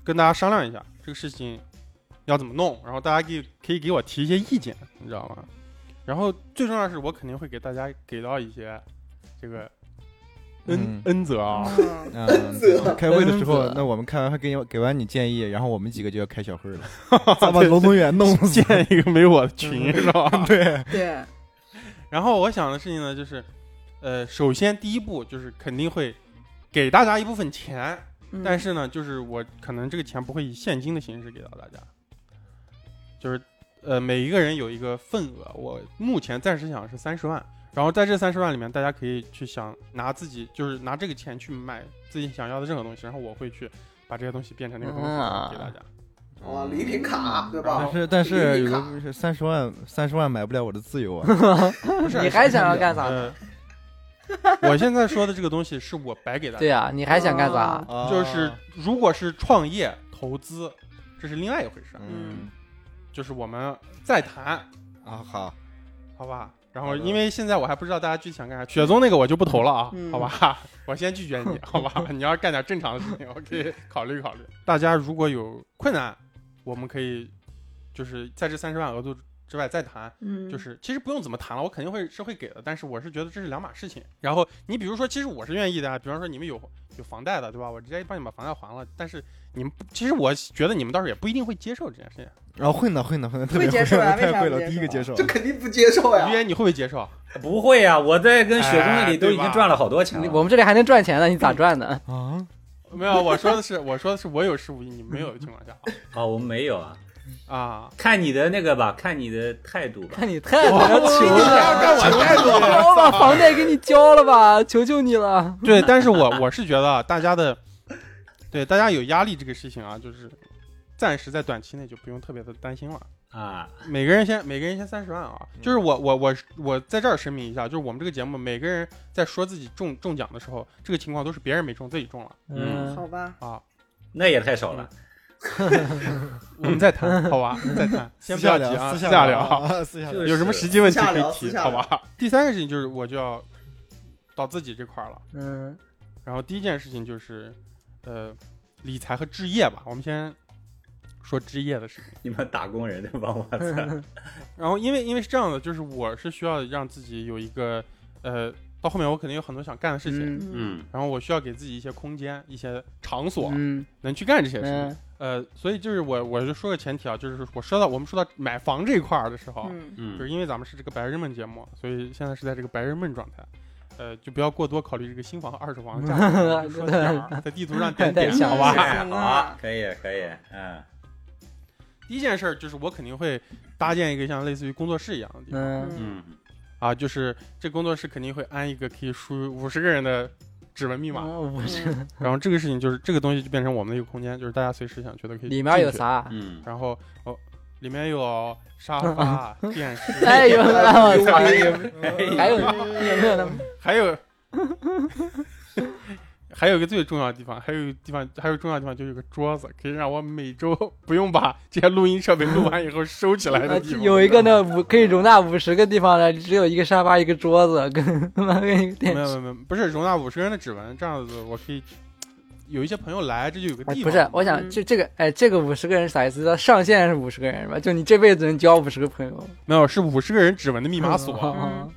跟大家商量一下这个事情要怎么弄，然后大家给可以给我提一些意见，你知道吗？然后最重要的是，我肯定会给大家给到一些这个恩
嗯
恩泽啊，
嗯
嗯，
子
开会的时
恩
候
泽，
那我们开完会给你给完你建议，然后我们几个就要开小 会了，再把龙东远弄死。
建一个没我的群是吧？
对，
对，
然后我想的事情呢，就是，呃，首先第一步就是肯定会给大家一部分钱，
嗯
但是呢，就是我可能这个钱不会以现金的形式给到大家，就是呃每一个人有一个份额，我目前暂时想是三十万，然后在这三十万里面，大家可以去想拿自己就是拿这个钱去买自己想要的任何东西，然后我会去把这些东西变成那个东
啊
西给大家。
哇，哦
嗯
礼品卡对吧
但？是但是
礼品
有个
卡
不是三十万三十万买不了我的自由啊！
不是
你还想要干啥？
呃，我现在说的这个东西是我白给大
对
家，
呀，你还想干啥
啊？
就是
哦
如果是创业投资，这是另外一回事，
嗯
就是我们再谈，
啊好，
好吧？然
好
后
的
因为现在我还不知道大家具体想干啥，雪宗那个我就不投了啊，
嗯
好吧？ 我先拒绝你，好吧？你要是干点正常的事情，我可以 考虑考虑。大家如果有困难，我们可以就是在这三十万额度之外再谈，
嗯，
就是其实不用怎么谈了，我肯定会是会给的，但是我是觉得这是两码事 情。然后你比如说，其实我是愿意的啊，比方说你们有有房贷的，对吧？我直接帮你把房贷还了，但是你们不其实我觉得你们倒是也不一定会接受这件事情。
然后混的混的混的特别
会接受啊
混得太
为啥
会
不
了，
接
第一个
受
接受
这肯定不接受呀
于！言，你会不会接受？
不会呀、我在跟雪公那里都已
哎对
经
吧
赚了好多钱
你
了。
我们这里还能赚钱呢，你咋赚的？
啊！
没有，我说的是 我说的是我有十五亿，你没有的情况下
啊，我们没有啊，
啊啊，
看你的那个吧，看你的态度吧。
看你太能求
你还要
了，
干我态度？
我把房贷给你交了吧，求求你了。
对，但是我我是觉得啊，大家的，对大家有压力这个事情啊，就是暂时在短期内就不用特别的担心了。
啊，
每个人先每个人先三十万啊！就是我我我我在这儿声明一下，就是我们这个节目每个人在说自己中中奖的时候，这个情况都是别人没中，自己中了
嗯
嗯，
好吧，
啊！
那也太少了。
我们再谈，好吧？我们再谈，先
私
不要
下
急啊，
聊，
私
下
聊啊，
啊，私下
嗯
就
聊
是
有什么实际问题
私下
可
聊
以提，
私下
好
聊
吧？第三个事情就是我就要到自己这块儿了，
嗯，
然后第一件事情就是呃理财和置业吧，我们先说置业的事情。
你们打工人对吧？我操，
然后因为因为是这样的，就是我是需要让自己有一个呃，到后面我肯定有很多想干的事情。
嗯
嗯，
然后我需要给自己一些空间、一些场所，
嗯
能去干这些事情。
嗯
呃，所以就是我我就说个前提啊，就是我说到我们说到买房这一块儿的时候，
嗯
就是
嗯
因为咱们是这个白日梦节目，所以现在是在这个白日梦状态。呃，就不要过多考虑这个新房和二手房的价 格，就说到这儿啊在地图上点点，
想
好
好
吧？
啊，好啊，可以可以，嗯
第一件事儿就是我肯定会搭建一个像类似于工作室一样的地方、
嗯
嗯，
啊，就是这工作室肯定会安一个可以输五十个人的指纹密码，
嗯，我是
嗯
然后这个事情就是这个东西就变成我们的一个空间，就是大家随时想觉得可以。
里面有？啥？
嗯，
然后哦，里面有沙 发、电视，
哎呦，我操！还
还
有有没有那么？
还有 还有一个最重要的地方，还有一个地方还有重要的地方就是有个桌子，可以让我每周不用把这些录音设备录完以后收起来
呃
的地方。
有一个那五可以容纳五十个地方的，只有一个沙发，一个桌子，跟他妈跟一个
没
电
有没
视。
有没有，不是容纳五十人的指纹，这样子我可以有一些朋友来，这就有个
哎
地方。
不是，我想这这个，哎，这个五十个人是啥意思？它上限是五十个人吧？就你这辈子能交五十个朋友？
没有是五十个人指纹的密码锁。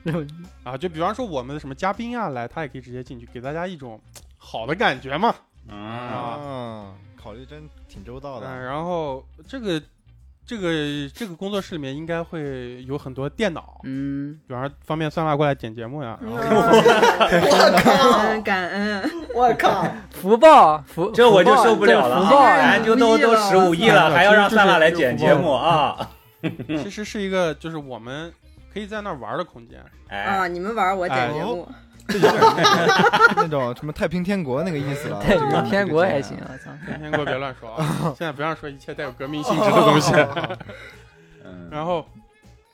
嗯
啊，就比方说我们的什么嘉宾啊来，他也可以直接进去，给大家一种好的感觉嘛。
啊，
啊，考虑真挺周
嗯、
到的。
然后这个这个这个工作室里面应该会有很多电脑，
嗯，
比方说方便酸辣过来剪节目呀、然后
我
嗯，
靠，
感恩，
我靠，
福报福，
这我就
福报
受不了了
这
啊
福报
哎
啊
咱就都都十五亿
哎
了，还要让三辣来剪节目啊？
其实是一个就是我们可以在那儿玩的空间。
哎
啊，，你们玩我
哎
剪节目，
这有点儿 那种什么太平天国那个意思了。
太
这个啊
平哎天国还行。啊我操！
先给我别乱说 啊，现在不让说一切带有革命性质的东西。
嗯
然后。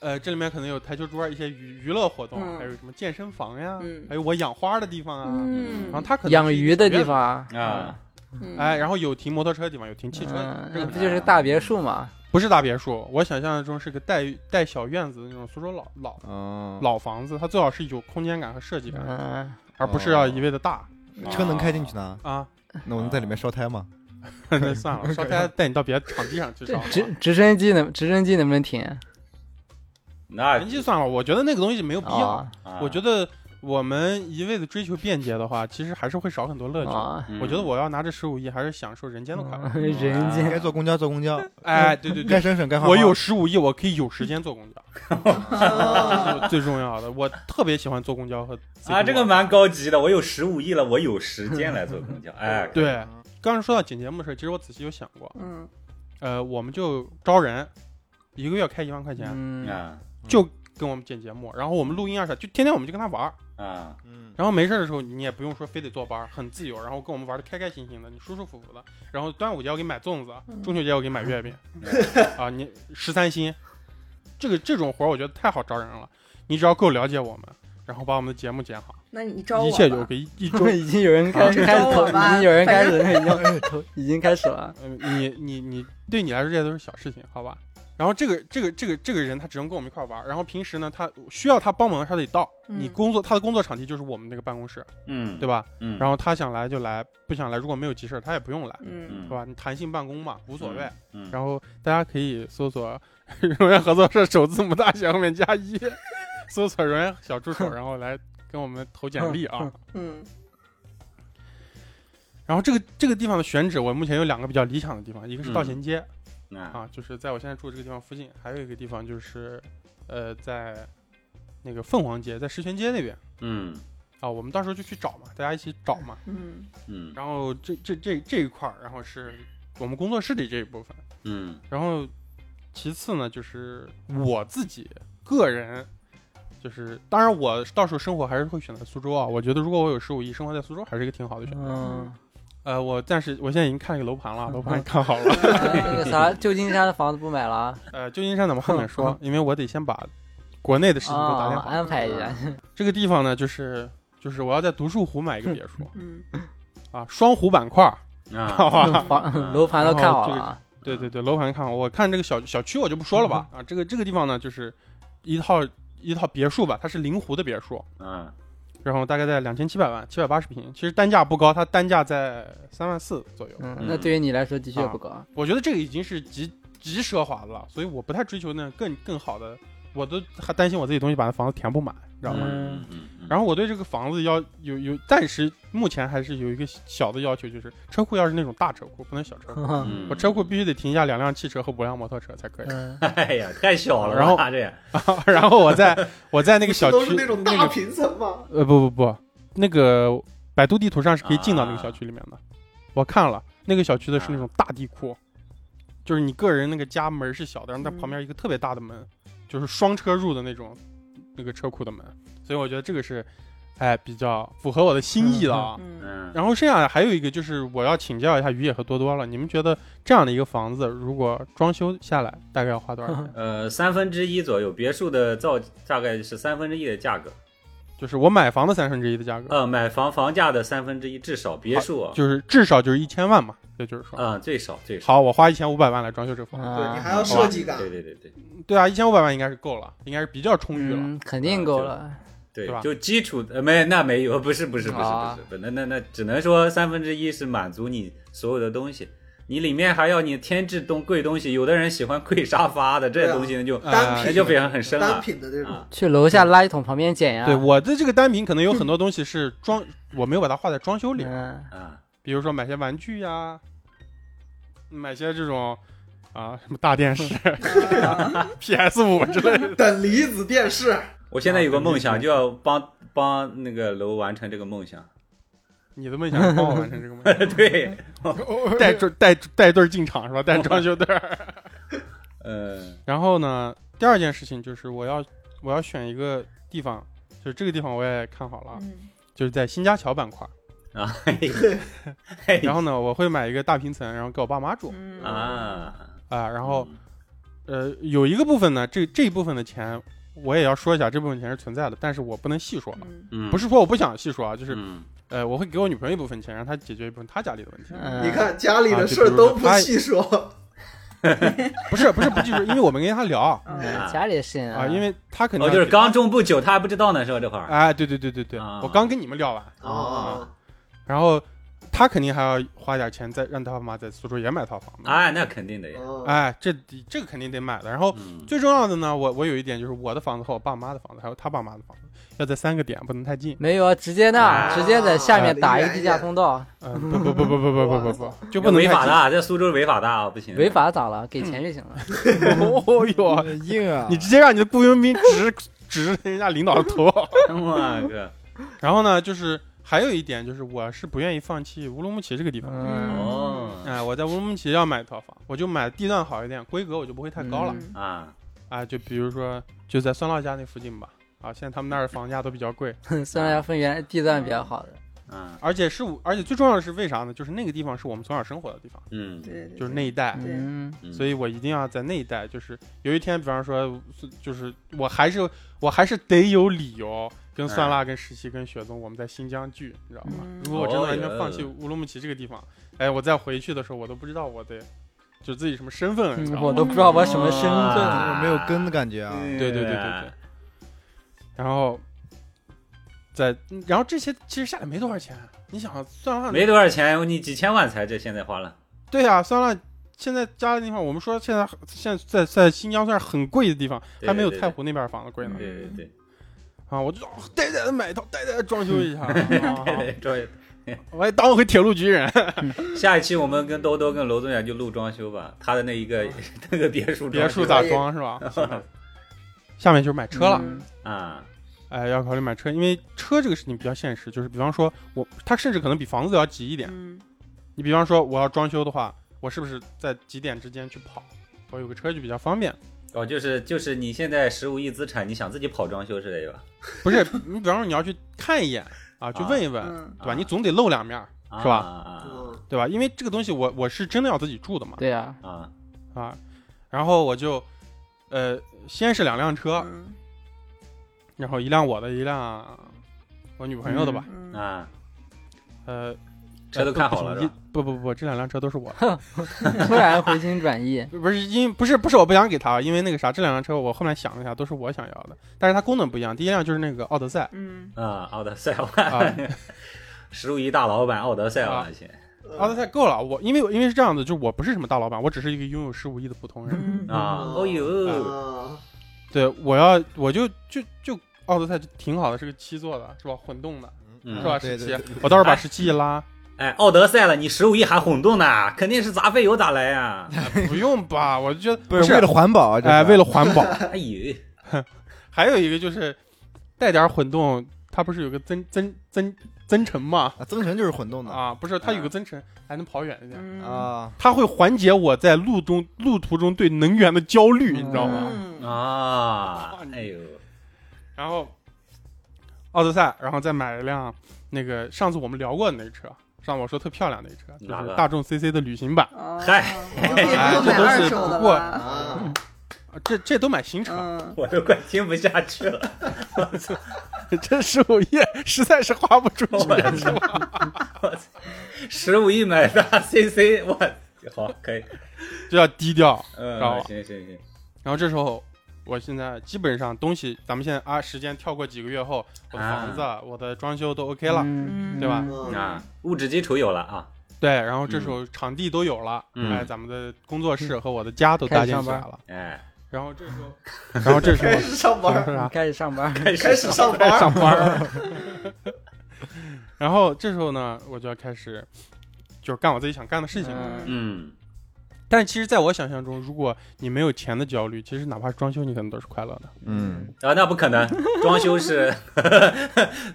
呃，这里面可能有台球桌、一些娱娱乐活动，啊
嗯
还有什么健身房呀，
嗯
还有我养花的地方啊，然后
嗯，
它可能
养
是一个
鱼的
小院
地
子
方啊，
啊，
嗯
哎，，然后有停摩托车的地方，有停汽车的地方，
嗯，
这
那
个
不就是大别墅嘛？
不是大别墅，我想象中是个带带小院子的那种苏州老老
嗯，
老房子，它最好是有空间感和设计感，
嗯，
而不是要一味的大
车能开进去呢，
啊。
那我能在里面烧胎吗？
那算了，烧胎带你到别的场地上 去烧好吧。
直直升机能直升机能不能停？啊
那
人机算了，我觉得那个东西没有必要。
啊
我觉得我们一味的追求便捷的话，其实还是会少很多乐趣。
啊！
我觉得我要拿这十五亿，还是享受人间的快乐。
人
嗯
间
该坐公交坐 公交，
哎，对对
该
对，
省省该花花。
我有十五亿，我可以有时间坐公交。
啊
这 是最重要的。我特别喜欢坐公交和自行
啊，
车
这个蛮高级的，我有十五亿了，我有时间来坐公交， 哎，
对。刚刚说到剪节目的事，其实我仔细有想过，
嗯
呃，我们就招人，一个月开一万块钱，
嗯
啊，
就跟我们剪节目，然后我们录音啊啥，就天天我们就跟他玩儿。
啊，
嗯，
然后没事儿的时候，你也不用说非得坐班儿，很自由，然后跟我们玩的开开心心的，你舒舒服服的。然后端午节我给你买粽子，
嗯
中秋节我给你买月饼，啊，你十三薪，这个这种活儿我觉得太好招人了。你只要够了解我们，然后把我们的节目剪好，
那你招我
一切就
吧
OK 一。一周
我已经有人开
啊
始开始投，已
你知道我吧
经有人开始，已 经投，已经开始了。
嗯，你你你，对你来说这些都是小事情，好吧？然后这个这个这个这个人他只能跟我们一块儿玩儿，然后平时呢，他需要他帮忙他得到，你
嗯
工作他的工作场地就是我们那个办公室，
嗯，
对吧？
嗯，
然后他想来就来，不想来如果没有急事儿他也不用来，
嗯
嗯，
是吧？你弹性办公嘛，无
无
所谓。，
嗯，
然后大家可以搜索 荣源合作社首字母大写后面加一， 搜索荣源小 助手，然后来跟我们投简历啊。
嗯
然后这个这个地方的选址，我目前有两个比较理想的地方，一个是道
嗯
贤街、
啊，
啊，就是在我现在住的这个地方附近，还有一个地方就是呃在那个凤凰街，在石泉街那边
嗯
啊，我们到时候就去找嘛，大家一起找嘛。
嗯
嗯
然后这这这这一块儿，然后是我们工作室里这一部分。
嗯
然后其次呢，就是我自己个人，就是当然我到时候生活还是会选择苏州啊。我觉得如果我有十五亿，生活在苏州还是一个挺好的选择。
嗯，
呃，我暂时我现在已经看了一个楼盘了，
嗯
楼盘看好 了。
那个啥，旧金山的房子不买了啊
呃，旧金山咱们后面说，因为我得先把国内的事情都打点
啊，
好。
安排一下。
这个地方呢，就是就是我要在独墅湖买一个别墅
嗯
啊，双湖板块儿，
啊
好 吧？
房楼盘都看好了
然
啊，
哦
对对对，楼盘看好，我看这个小小区我就不说了
嗯
吧。啊，这个这个地方呢，就是一套一套别墅吧，它是临湖的别墅，
啊
然后大概在两千七百万，七百八十平，其实单价不高，它单价在三万四左右。
嗯
嗯，
那对于你来说的确不高。
我觉得这个已经是极极奢华的了，所以我不太追求那更更好的，我都还担心我自己东西把那房子填不满，知道吗？
嗯嗯，
然后我对这个房子要有有暂时目前还是有一个小的要求，就是车库要是那种大车库，不能小车库。
啊
嗯
我车库必须得停下两辆汽车和五辆摩托车才 可以。
哎呀，太小了吧，啊
然后
这也
然后我 在我在那个小
都
区
是那种大平层吗？
呃，不不不，那个百度地图上是可以进到那个小区里面
啊
的。我看了那个小区的是那种大地库，就是你个人那个家门是小的，然后它
嗯
旁边一个特别大的门，
嗯
就是双车入的那种那个车库的门。所以我觉得这个是，哎，比较符合我的心意的啊。
嗯
嗯，
然后剩下的还有一个就是我要请教一下于野和多多了，你们觉得这样的一个房子如果装修下来大概要花多 少钱？
呃，三分之一左右，别墅的造大概是三分之一的价格，
就是我买房的三分之一的价格，
呃，买房房价的三分之一至少，别墅啊，
就是至少就是一千万嘛，也就是说，
嗯，最少最少，
好，我花一千五百万来装修这个房子。
对你
啊，
还要设计感，
对对对对
对啊，一千五百万应该是够了，应该是比较充裕了。
嗯，肯
啊
定够了。
对，
对吧
就基础呃没那没有，不是不是不是
啊
不是，不那那那只能说三分之一是满足你所有的东西。你里面还要你添置东贵东西，有的人喜欢贵沙发的这
对啊
东西那就
呃
单品
那就非常很深
单
了
品的那种
啊，
去楼下垃圾桶旁边捡呀。
对我的这个单品，可能有很多东西是 装，我没有把它划在装修里，
嗯，
啊！
比如说买些玩具呀、买些这种啊什么大电 视、PS 五之类的。
等离子电视，
我现在有个梦
啊
想，就要帮帮那个楼完成这个梦想。
你的梦想是帮我完成这 个梦想，
对，
带队带带队儿进场是吧？带装修队 儿。
呃，
然后呢，第二件事情就是我要我要选一个地方，就是这个地方我也看好了，
嗯
就是在新家桥板块。
啊，嘿嘿嘿
然后呢，我会买一个大平层，然后给我爸妈住
嗯
啊，
啊、然后呃，
嗯
有一个部分呢，这这一部分的钱我也要说一下，这部分钱是存在的，但是我不能细说，
嗯
嗯，
不
是
是说我不想细说啊，就是、
嗯
呃，我会给我女朋友一部分钱，让她解决一部分她家里的问题。
嗯
你看家里的事儿都不细说，
不是不是不记住，因为我没跟她聊啊、
嗯家里的事情
因为她肯定
哦，
要
就是刚种不久，他还不知道呢，是吧？这会儿，
哎，对对对对对，
啊
我刚跟你们聊完，
哦，
然后她肯定还要花点钱再让她爸妈在苏州也买套房子。
啊，那肯定的呀。
哦，
哎，这这个肯定得买的。然后
嗯，
最重要的呢，我我有一点就是我的房子和我爸妈的房子，还有他爸妈的房子，要在三个点，不能太近。
没有啊，直接那
啊
直接在下面打一个地下通道，
呃，不不不不不不不不 不，就不能
违法
太
的
近。
啊，在苏州违法的啊，不
嗯
行，
违 法咋了？给钱就 行了。
哦哟，
硬啊！
你直接让你的雇佣兵指指人家领导的头。
哇哥，
然后呢，就是还有一点就是，我是不愿意放弃乌鲁木齐这个地方。
嗯，
哦
哎，我在乌鲁木齐要买一套房，我就买地段好一点，规格我就不会太高了
嗯
啊，
啊、啊，就比如说就在孙老家那附近吧，啊，现在他们那儿房价都比较贵，
酸辣分原来地段比较好的，
嗯
而且是我，而且最重要的是为啥呢？就是那个地方是我们从小生活的地方，
嗯
对对对，
就是那一带，
对
嗯，
嗯
所以我一定要在那一带，就是有一天，比方说，就是我还是我还是得有理由跟
哎
酸辣、跟石溪、跟雪宗我们在新疆聚，你知道吗？
嗯
如果我真的完全
哦
放弃乌鲁木齐这个地方，哎，我再回去的时候，我都不知道我的就自己什么身份，你知
嗯
道
我
吗？
都不知道我什么身
哦
份
哇，
啊
没有根的感觉啊。
对对对对
哎
对，然后在，然后这些其实下来没多少钱，你想啊酸辣
没多少钱，你几千万才这现在花了，
对呀、酸辣。现在家的地方，我们说现在现在在在新疆算是很贵的地方，
对
还没有
对对
太湖那边房子贵呢。
对对对
啊，我就呆呆的买一套，呆呆的装修一下，啊
嗯对对对。
我还当我回铁路局人。
下一期我们跟兜兜跟娄宗远就录装修吧，他的那一个 那个别墅
别
装修
墅咋装是 吧？下面就是买车了，
嗯
啊？
哎，要考虑买车，因为车这个事情比较现实，就是比方说我，它甚至可能比房子要急一点。
嗯
你比方说我要装修的话，我是不是在几点之间去跑？我有个车就比较方便。
哦，就是就是你现在十五亿资产，你想自己跑装修之类的吧？
不是，你比方说你要去看一眼啊，去问一问，
嗯
对吧？
啊
你总得露两面儿，
啊
是吧
啊
嗯，
对吧？因为这个东西我我是真的要自己住的嘛，
对呀，
啊啊！
啊，然后我就，呃，先是两辆车，
嗯
然后一辆我的，一辆我女朋友的吧。
嗯
啊，
嗯
呃，
车都看好了
不
是吧？
不不不，这两辆车都是我的，
突然回心 转意，
不是因不是不是我不想给她，因为那个啥，这两辆车我后面想了一下，都是我想要的，但是它功能不一样。第一辆就是那个奥德赛，
嗯
啊，奥德赛
啊
万， 十五亿大老板奥德赛万先
奥德赛够了，我因为因为是这样的，就我不是什么大老板，我只是一个拥有十五亿的普通人。
嗯
啊，哦呦，
嗯
啊，
对，我要我就就就奥德赛就挺好的，是个七座的，是吧？混动的，
嗯
是吧？
对
十七
对对，
我到时候把十七一拉，
哎，奥德赛了，你十五亿还混动呢？肯定是杂费油咋来呀？
不用吧？我就觉得
不是为了环保啊，这是
哎，为了环 保，
哎呦，
还有一个就是带点混动，它不是有个增增增增程嘛？
啊，增程就是混动的
啊，不是，它有个增程还能跑远一点，
嗯
啊，
它会缓解我在路中路途中对能源的焦虑，你知道吗？
嗯
啊，哎呦，
然后奥德赛，然后再买一辆那个上次我们聊过的那个车，上次我说特漂亮那个车，就
哪
是
个
大众 CC 的旅行版，
哦
嗨
你也不买二手的吧？
啊，
啊这这都买新车，
嗯，
我都快听不下去了，
这十五亿实在是花不出 去，
我操！我操！十五亿买大 CC，我好可以，
就要低调。
嗯
知道吧，
行行行，
然后这时候，我现在基本上东西，咱们现在啊，时间跳过几个月后，我的房子、我的装修都 OK 了，
嗯
对吧
嗯
啊，物质基础有了啊，
对，然后这时候场地都有了，
嗯
哎，咱们的工作室和我的家都搭建起来了，
哎，
然后这时候，然后这时
开
候
始上班，
是啥？
开始上班，
开
开
始
始上班，
上班儿。 然后这时候呢，我就要开始，就是干我自己想干的事情。
嗯
嗯，
但其实，在我想象中，如果你没有钱的焦虑，其实哪怕是装修，你可能都是快乐的。
嗯，
啊，那不可能，装修是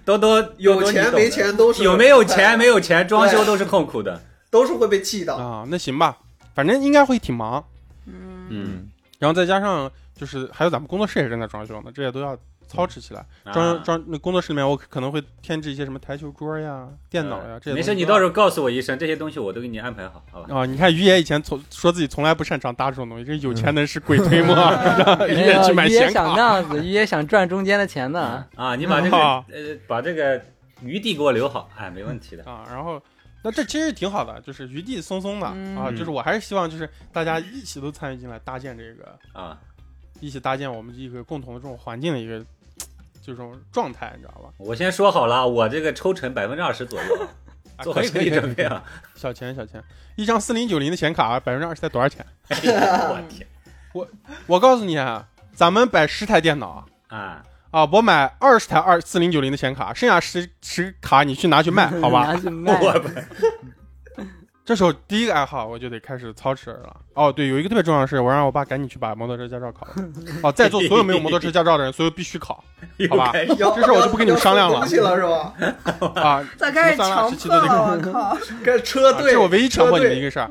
多多
有钱没，钱
多多你
都
懂
是
的有没有钱没有钱，装修都是痛苦的，
都是会被气到。
啊，那行吧，反正应该会挺忙。
嗯，
然后再加上就是还有咱们工作室也正在装修呢，这些都要操持起来。
啊
装装那工作室里面，我可能会添置一些什么台球桌呀、电脑呀这些东西。
嗯没事，你到时候告诉我一声，这些东西我都给你安排好，好吧？
啊，你看于爷以前从说自己从来不擅长搭这种东西，这有钱能使鬼推磨，啊 让 于
嗯没
爷去
有，
买
鱼也
显
想
卡。
那样子，鱼也想赚中间的钱呢。
啊，你把这个
啊
呃，把这个余地给我留好，哎，没问题的，
啊，然后那这其实挺好的，就是余地松松的、啊，
嗯
就是我还是希望就是大家一起都参与进来搭建这个，
啊，
一起搭建我们一个共同的这种环境的一个这种状态，你知道吧？
我先说好了，我这个抽成百分之二十左右啊，
啊、
做
可
好
以可
心
以
理
可以
准备啊！
小钱小钱，一张四零九零的显卡百分之二十才多少钱？
哎我天
我告诉你啊，咱们摆十台电脑
啊！
啊，我买二十台二四零九零的显卡，剩下十十卡你去拿去卖，好 吧？
拿嗯去卖
我不
这时候第一个爱好我就得开始操持了。哦，对，有一个特别重要的事，我让我爸赶紧去把摩托车驾照考了。哦，在座所有没有摩托车驾照的人，所有必须考好吧
又开始
要
这事儿我就不跟你们商量了
要出东西了是吧？
啊！
咋开始
什么三辆
强
十七
迫
都得考，
了？我靠！
跟车
啊这
队，
是我唯一强迫你
车
们
队
一个事儿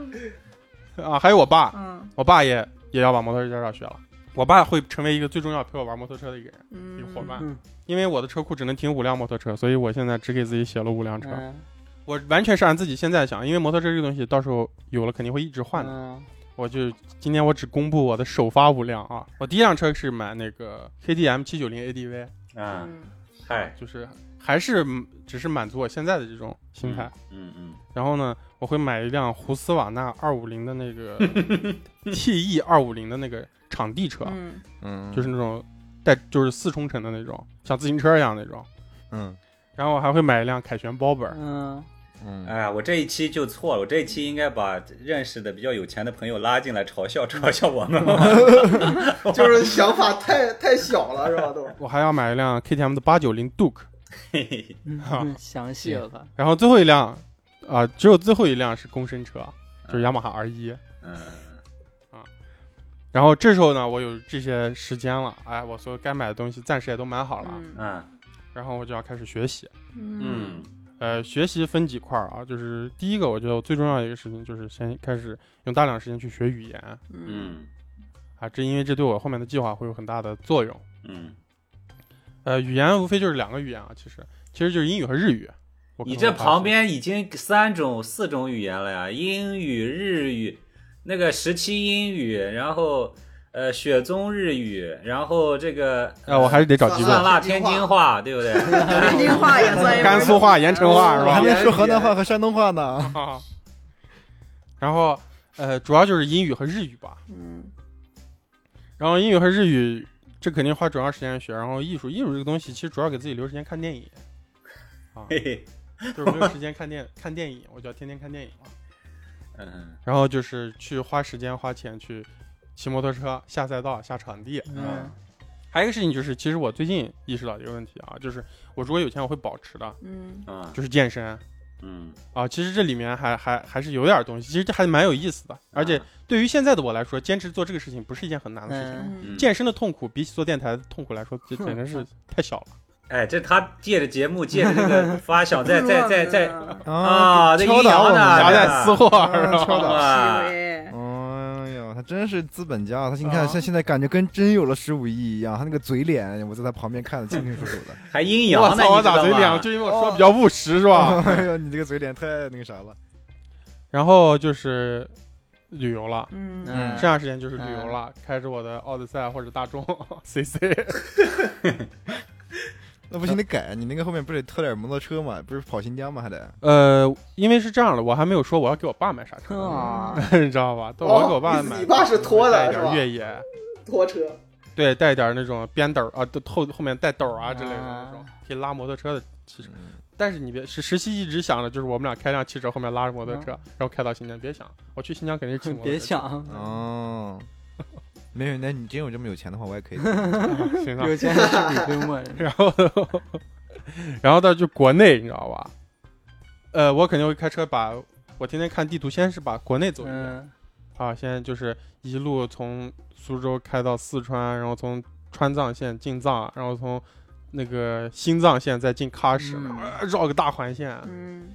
啊。还有我爸，
嗯
我爸也也要把摩托车驾照学了。我爸会成为一个最重要陪我玩摩托车的一个人，一
嗯
个伙伴
嗯。
因为我的车库只能停五辆摩托车，所以我现在只给自己写了五辆车。
嗯
我完全是按自己现在想，因为摩托车这个东西到时候有了肯定会一直换的。
嗯
我就今天我只公布我的首发五辆啊，我第一辆车是买那个 KTM 七九零 ADV，
啊，
嗯
嗨，
就是还是嗯只是满足我现在的这种心态。
嗯嗯，
然后呢，我会买一辆胡斯瓦纳二五零的那个 TE 二五零的那个场地车，
嗯
嗯，
就是那种带就是四冲程的那种，像自行车一样那种。
嗯
然后我还会买一辆凯旋包本儿，
嗯，
嗯，
哎呀，我这一期就错了，我这一期应该把认识的比较有钱的朋友拉进来嘲笑嘲笑我们。
就是想法太太小了，是吧？都
我还要买一辆 KTM 的八九零 Duke，
嘿嘿
嗯详细我靠，
然后最后一辆啊、只有最后一辆是公升车，就是雅马哈 R 一。
嗯，
然后这时候呢，我有这些时间了，哎，我所有该买的东西暂时也都买好了，啊
嗯
嗯
然后我就要开始学习。
嗯
嗯
呃，学习分几块儿啊，就是第一个，我觉得我最重要的一个事情就是先开始用大量时间去学语言
嗯
嗯
啊，这因为这对我后面的计划会有很大的作用。
嗯，
呃，语言无非就是两个语言啊，其实其实就是英语和日语。我可
你
能
这
会发
旁
现
边已经三种四种语言了呀，英语、日语，那个时期英语，然后呃雪中日语，然后这个
啊，我还是得找机
算
会
酸
了。
辣天津话，对不对？
天津话也算一门
甘肃话、盐城话是
我还
吧？
没说河南话和山东话呢。
然后呃，主要就是英语和日语吧。
嗯
然后英语和日语，这肯定花主要时间学。然后艺术，艺术这个东西其实主要给自己留时间看电影，
嘿嘿
就是没有时间看电看电影，我就要天天看电影了。
嗯
然后就是去花时间花钱去骑摩托车、下赛道、下场地。
嗯
还有一个事情就是，其实我最近意识到一个问题啊，就是我如果有钱，我会保持的，
嗯
啊
就是健身
嗯，
啊。其实这里面还还还是有点东西，其实这还蛮有意思的。而且对于现在的我来说，坚持做这个事情不是一件很难的事情。
嗯，
嗯
嗯
健身的痛苦比起做电台的痛苦来说，这简直 是太小了。
哎，这他借着节目，借着这 个发小，在在在在啊，
啊，
这
敲
阴
打
阳
我们
呢，
夹
家
这
带
的。
私货是吧？
敲打。
哇
是，嘞
哎呦，他真是资本家！他你看，
啊
像现在感觉跟真有了十五亿一样，他那个嘴脸，我在他旁边看得清清楚楚的。
还阴阳
我
呢，
操！我
你知道
打嘴
吗
脸，就 因为我说比较务实是吧？
哎呦，你这个嘴脸太那个啥了。
然后就是旅游了，
嗯
嗯
剩下时间就是旅游了，开着我的奥德赛啊或者大众 CC。
那不行，得改，啊你那个后面不得特点摩托车嘛，不是跑新疆嘛，还得。
呃，因为是这样的，我还没有说我要给我爸买啥 车，
啊，
你知道吧？但我要给我爸
哦
买，
你爸是拖的
带一
是
点
吧
越野，
拖车，
对，带一点那种边斗啊，都后后面带斗啊之类的
啊
那种，可以拉摩托车的汽车。但是你别是实习一直想着就是我们俩开辆汽车，后面拉着摩托车，然后开到新疆。别想，嗯我去新疆肯定是骑摩托车。
别想，
哦， 没有，那你真有这么有钱的话，我也可以。
啊， 行啊。
有钱人是鬼推 磨人。
然后，然后到就国内，你知道吧？呃，我肯定会开车把，我天天看地图，先是把国内走一遍、
嗯
啊，现在就是一路从苏州开到四川，然后从川藏线进藏，然后从那个新藏线再进喀什，
嗯
呃绕个大环线，
嗯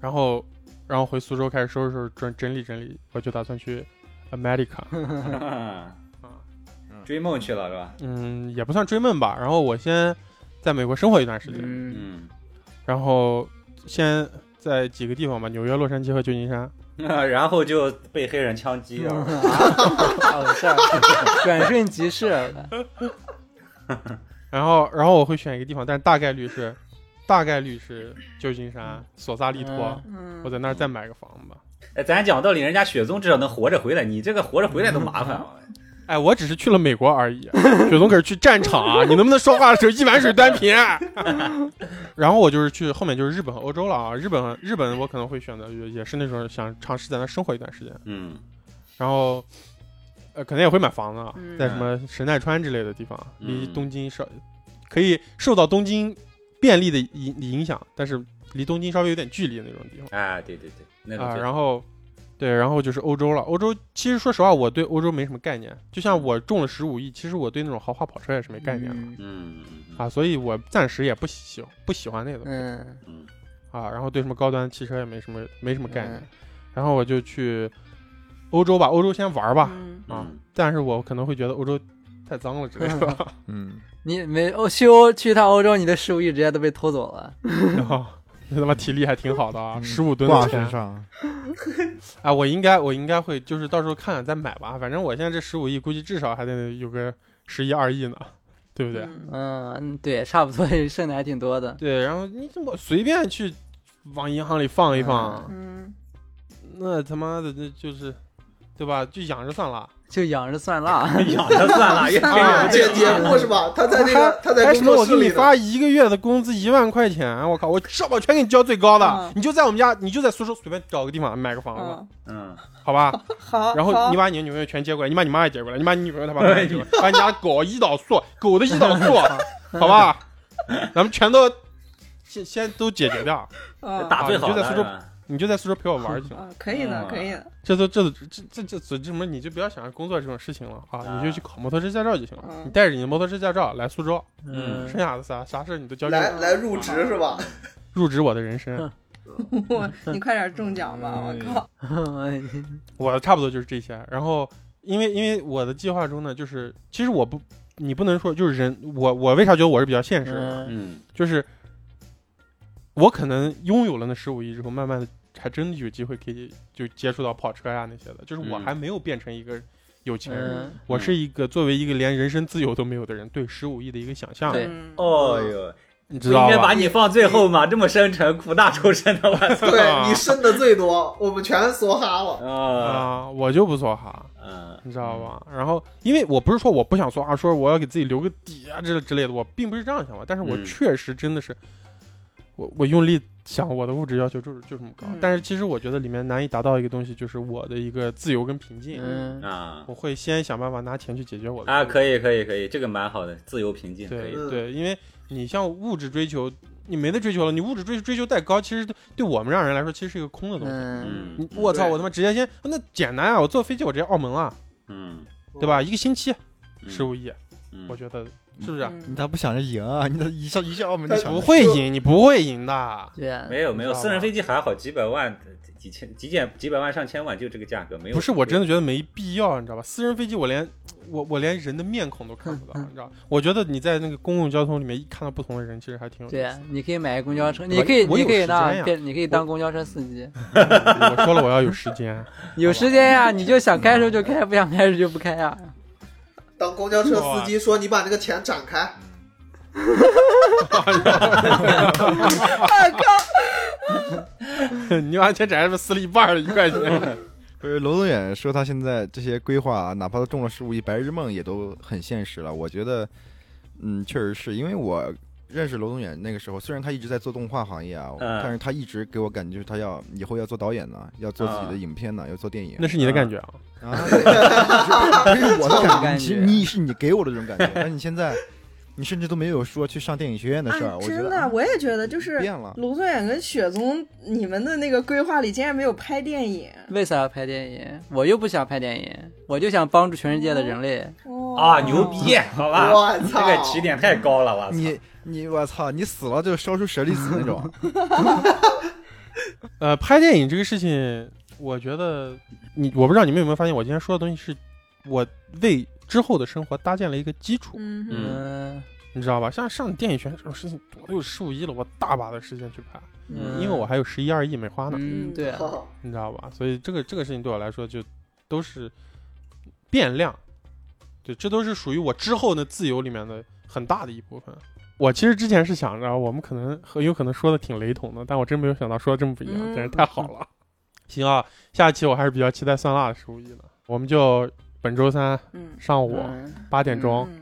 然后，然后回苏州开始收拾收拾，整整理整理，我就打算去 America，
啊追梦去了是吧？
嗯，也不算追梦吧。然后我先在美国生活一段时间，
嗯
嗯，
然后先在几个地方吧，纽约、洛杉矶和旧金山。
嗯 然后就被黑人枪击
啊
了。
好事儿，转瞬即逝。
然后，然后我会选一个地方，但是大概率是，大概率是旧金山索萨利托，
嗯
我在那儿再买个房子。
哎，咱讲道理，人家雪宗至少能活着回来，你这个活着回来都麻烦。
哎，我只是去了美国而已，啊 雪松可是去战场啊！你能不能说话的时候一碗水啊端平？ 然后我就是去后面就是日本和欧洲了啊，日本日本我可能会选择也也是那种想尝试在那儿生活一段时间，
嗯
然后呃可能也会买房子啊，
嗯
在什么神奈川之类的地方，啊离
嗯
东京稍可以受到东京便利的影影响，但是离东京稍微有点距离的那种地方。
哎，对对对，那个
啊，
最
然后对，然后就是欧洲了。欧洲其实说实话，我对欧洲没什么概念。就像我中了十五亿，其实我对那种豪华跑车也是没概念的、
嗯
嗯嗯
啊，所以我暂时也不喜不喜欢那个东西
嗯
嗯
啊。然后对什么高端汽车也没什么没什么概念。
嗯
然后我就去欧洲吧，欧洲先玩吧。
嗯
嗯，
但是我可能会觉得欧洲太脏了之类的。
嗯，
你没欧去欧去一趟欧洲，你的十五亿直接都被偷走了。
然后 那他妈体力还挺好的啊，
嗯
十五吨
挂
的
身
钱。
上，
哎，我应该我应该会，就是到时候看看再买吧。反正我现在这十五亿，估计至少还得有个十亿二亿呢，对不对？
嗯
嗯，对，差不多剩的还挺多的。
对，然后你怎么随便去往银行里放一放，
嗯，
那他妈的那就是，对吧？就养着算了。
就养着算 辣。
养着哎算了，越听越
啊
不
这
对劲
节目是
哎
吧？他在那个他在
还
工
什么？
作
我给
室
你
里的，
发一个月的工资一万块钱，我靠，我社保全给你交最高的，
嗯
你就在我们家，你就在苏州随便找个地方买个房子，
嗯
嗯，
好吧？
好，
然后
好
你把你的女朋友全接过来，你把你妈也接过来，你把你女朋友她爸妈也接过来，把你家的狗胰岛素，狗的胰岛素， 好吧？咱们全都先先都解决掉，
嗯
打最好
你就
的
在苏
是
州
吧
你就在苏州陪我玩儿就行。
啊，可以的，
嗯
可以的，
这都这都这这这这什么？你就不要想着工作这种事情了啊，
啊
你就去考摩托车驾照就行了。
嗯
你带着你的摩托车驾照来苏州，
嗯
剩下的啥啥事儿你都交给
来
我，
来入职是 吧？
入职我的人生。
我你快点中奖吧，我靠，
嗯
哎
我的差不多就是这些。然后，因为因为我的计划中呢，就是其实我不，你不能说就是人，我我为啥觉得我是比较现实的呢？
嗯
嗯
就是我可能拥有了那十五亿之后，慢慢的还真的有机会可以就接触到跑车啊呀、那些的。就是我
嗯
还没有变成一个有钱人，
嗯，
我是一个作为一个连人身自由都没有的人，对十五亿的一个想象，
对
嗯，
哦哟，
你
不
知
应
道
该把
吧？
你放最后嘛，这么深沉，苦大仇深的我操
对你申的最多，我们全梭哈了。
啊，
啊，我就不说哈，
嗯
你知道吧？然后，因为我不是说我不想说啊，说我要给自己留个底啊，之之类的，我并不是这样想法。但是我
嗯
确实真的是，我我用力想，我的物质要求就是就这么高。
嗯
但是其实我觉得里面难以达到一个东西，就是我的一个自由跟平静。
嗯，
啊
我会先想办法拿钱去解决我的
啊，
欲
可以可以可以，这个蛮好的，自由平静，可
对
以，
嗯
对，因为你像物质追求，你没得追求了，你物质追追求再高，其实对我们让人来说，其实是一个空的东西。
嗯，
嗯
你我操，
对
我他妈直接先那简单啊！我坐飞机我直接澳门了，
嗯，
对吧？一个星期
嗯
十五亿，
嗯
我觉得是不啊是？
你
嗯
咋不想着赢啊？你咋一笑一笑我们就
他
想
不
着
会赢，你不会赢的。
对啊，
没有没有，
你知道吗
私人飞机还好，几百万、几千、几千、几百万、上千万，就这个价格，没有。
不是，我真的觉得没必要，你知道吧？私人飞机我连我我连人的面孔都看不到，你知道吧？我觉得你在那个公共交通里面一看到不同的人，其实还挺有意思
对
的。
啊，你可以买个公交车，
嗯
你可以
我
你可
我有时
以那
间呀
变，你可以当公交车司机，
我说了，我要有时 间。
有时间呀，你就想开的时候就开，不想开的时候就不开呀。
当公交车司机说你把那个钱展开，
你把钱展示撕了一半了，一块 钱。
不是呃楼总远说他现在这些规划啊，哪怕他中了十五亿白日梦，也都很现实了。我觉得，嗯，确实是因为我认识楼总远那个时候，虽然他一直在做动画行业啊，
嗯
但是他一直给我感觉就是他要以后要做导演呢，要做自己
啊
的影片呢，要做电影。
那 是你的感觉
嗯
啊，
啊，不 是我的感
感
觉，其实
觉
你是你给我的这种感觉，但是你现在，你甚至都没有说去上电影学院的事儿，
啊
我觉
真
得
的，
啊
我也觉得，就是
变了。
卢宗远跟雪宗，你们的那个规划里竟然没有拍电影
为啥要拍电影？我又不想拍电影，我就想帮助全世界的人类。
哦
啊，牛！逼，好吧，
我
这
操！
个起点太高了，我操，
你你我操！你死了就烧出舍利子那种，
呃，拍电影这个事情，我觉得你，我不知道你们有没有发现，我今天说的东西是我为之后的生活搭建了一个基础，
嗯哼，
嗯
你知道吧？像上电影学院这种事情，我都有十五亿了，我大把的时间去拍，
嗯，
因为我还有十一二亿没花呢，
嗯对啊，
好
你知道吧？所以这个这个事情对我来说就都是变量，对，这都是属于我之后的自由里面的很大的一部分。我其实之前是想着我们可能很有可能说的挺雷同的，但我真没有想到说的这么不一样，
嗯
真是太好了。 行啊，下一期我还是比较期待酸辣的十五亿的，我们就本周三
嗯
上午
嗯
八点钟，
嗯，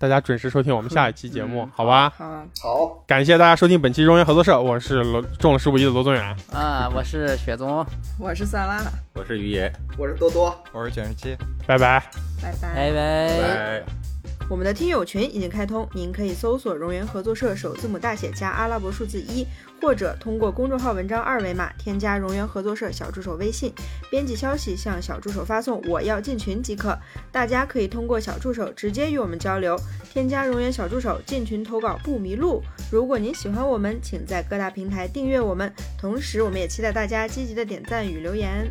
大家准时收听我们下一期节目，
嗯
好吧？
好，
好，
感谢大家收听本期中原合作社，我是罗中了十五亿的罗宗远，
啊，我是雪宗，
我是萨拉，
我是于爷，
我是多多。
我是卷十七。
拜拜。
拜拜。
拜拜。
拜。
我们的听友群已经开通，您可以搜索“融源合作社”首字母大写加阿拉伯数字一，或者通过公众号文章二维码添加“融源合作社”小助手微信，编辑消息向小助手发送“我要进群”即可。大家可以通过小助手直接与我们交流，添加融源小助手进群投稿不迷路。如果您喜欢我们，请在各大平台订阅我们，同时我们也期待大家积极的点赞与留言。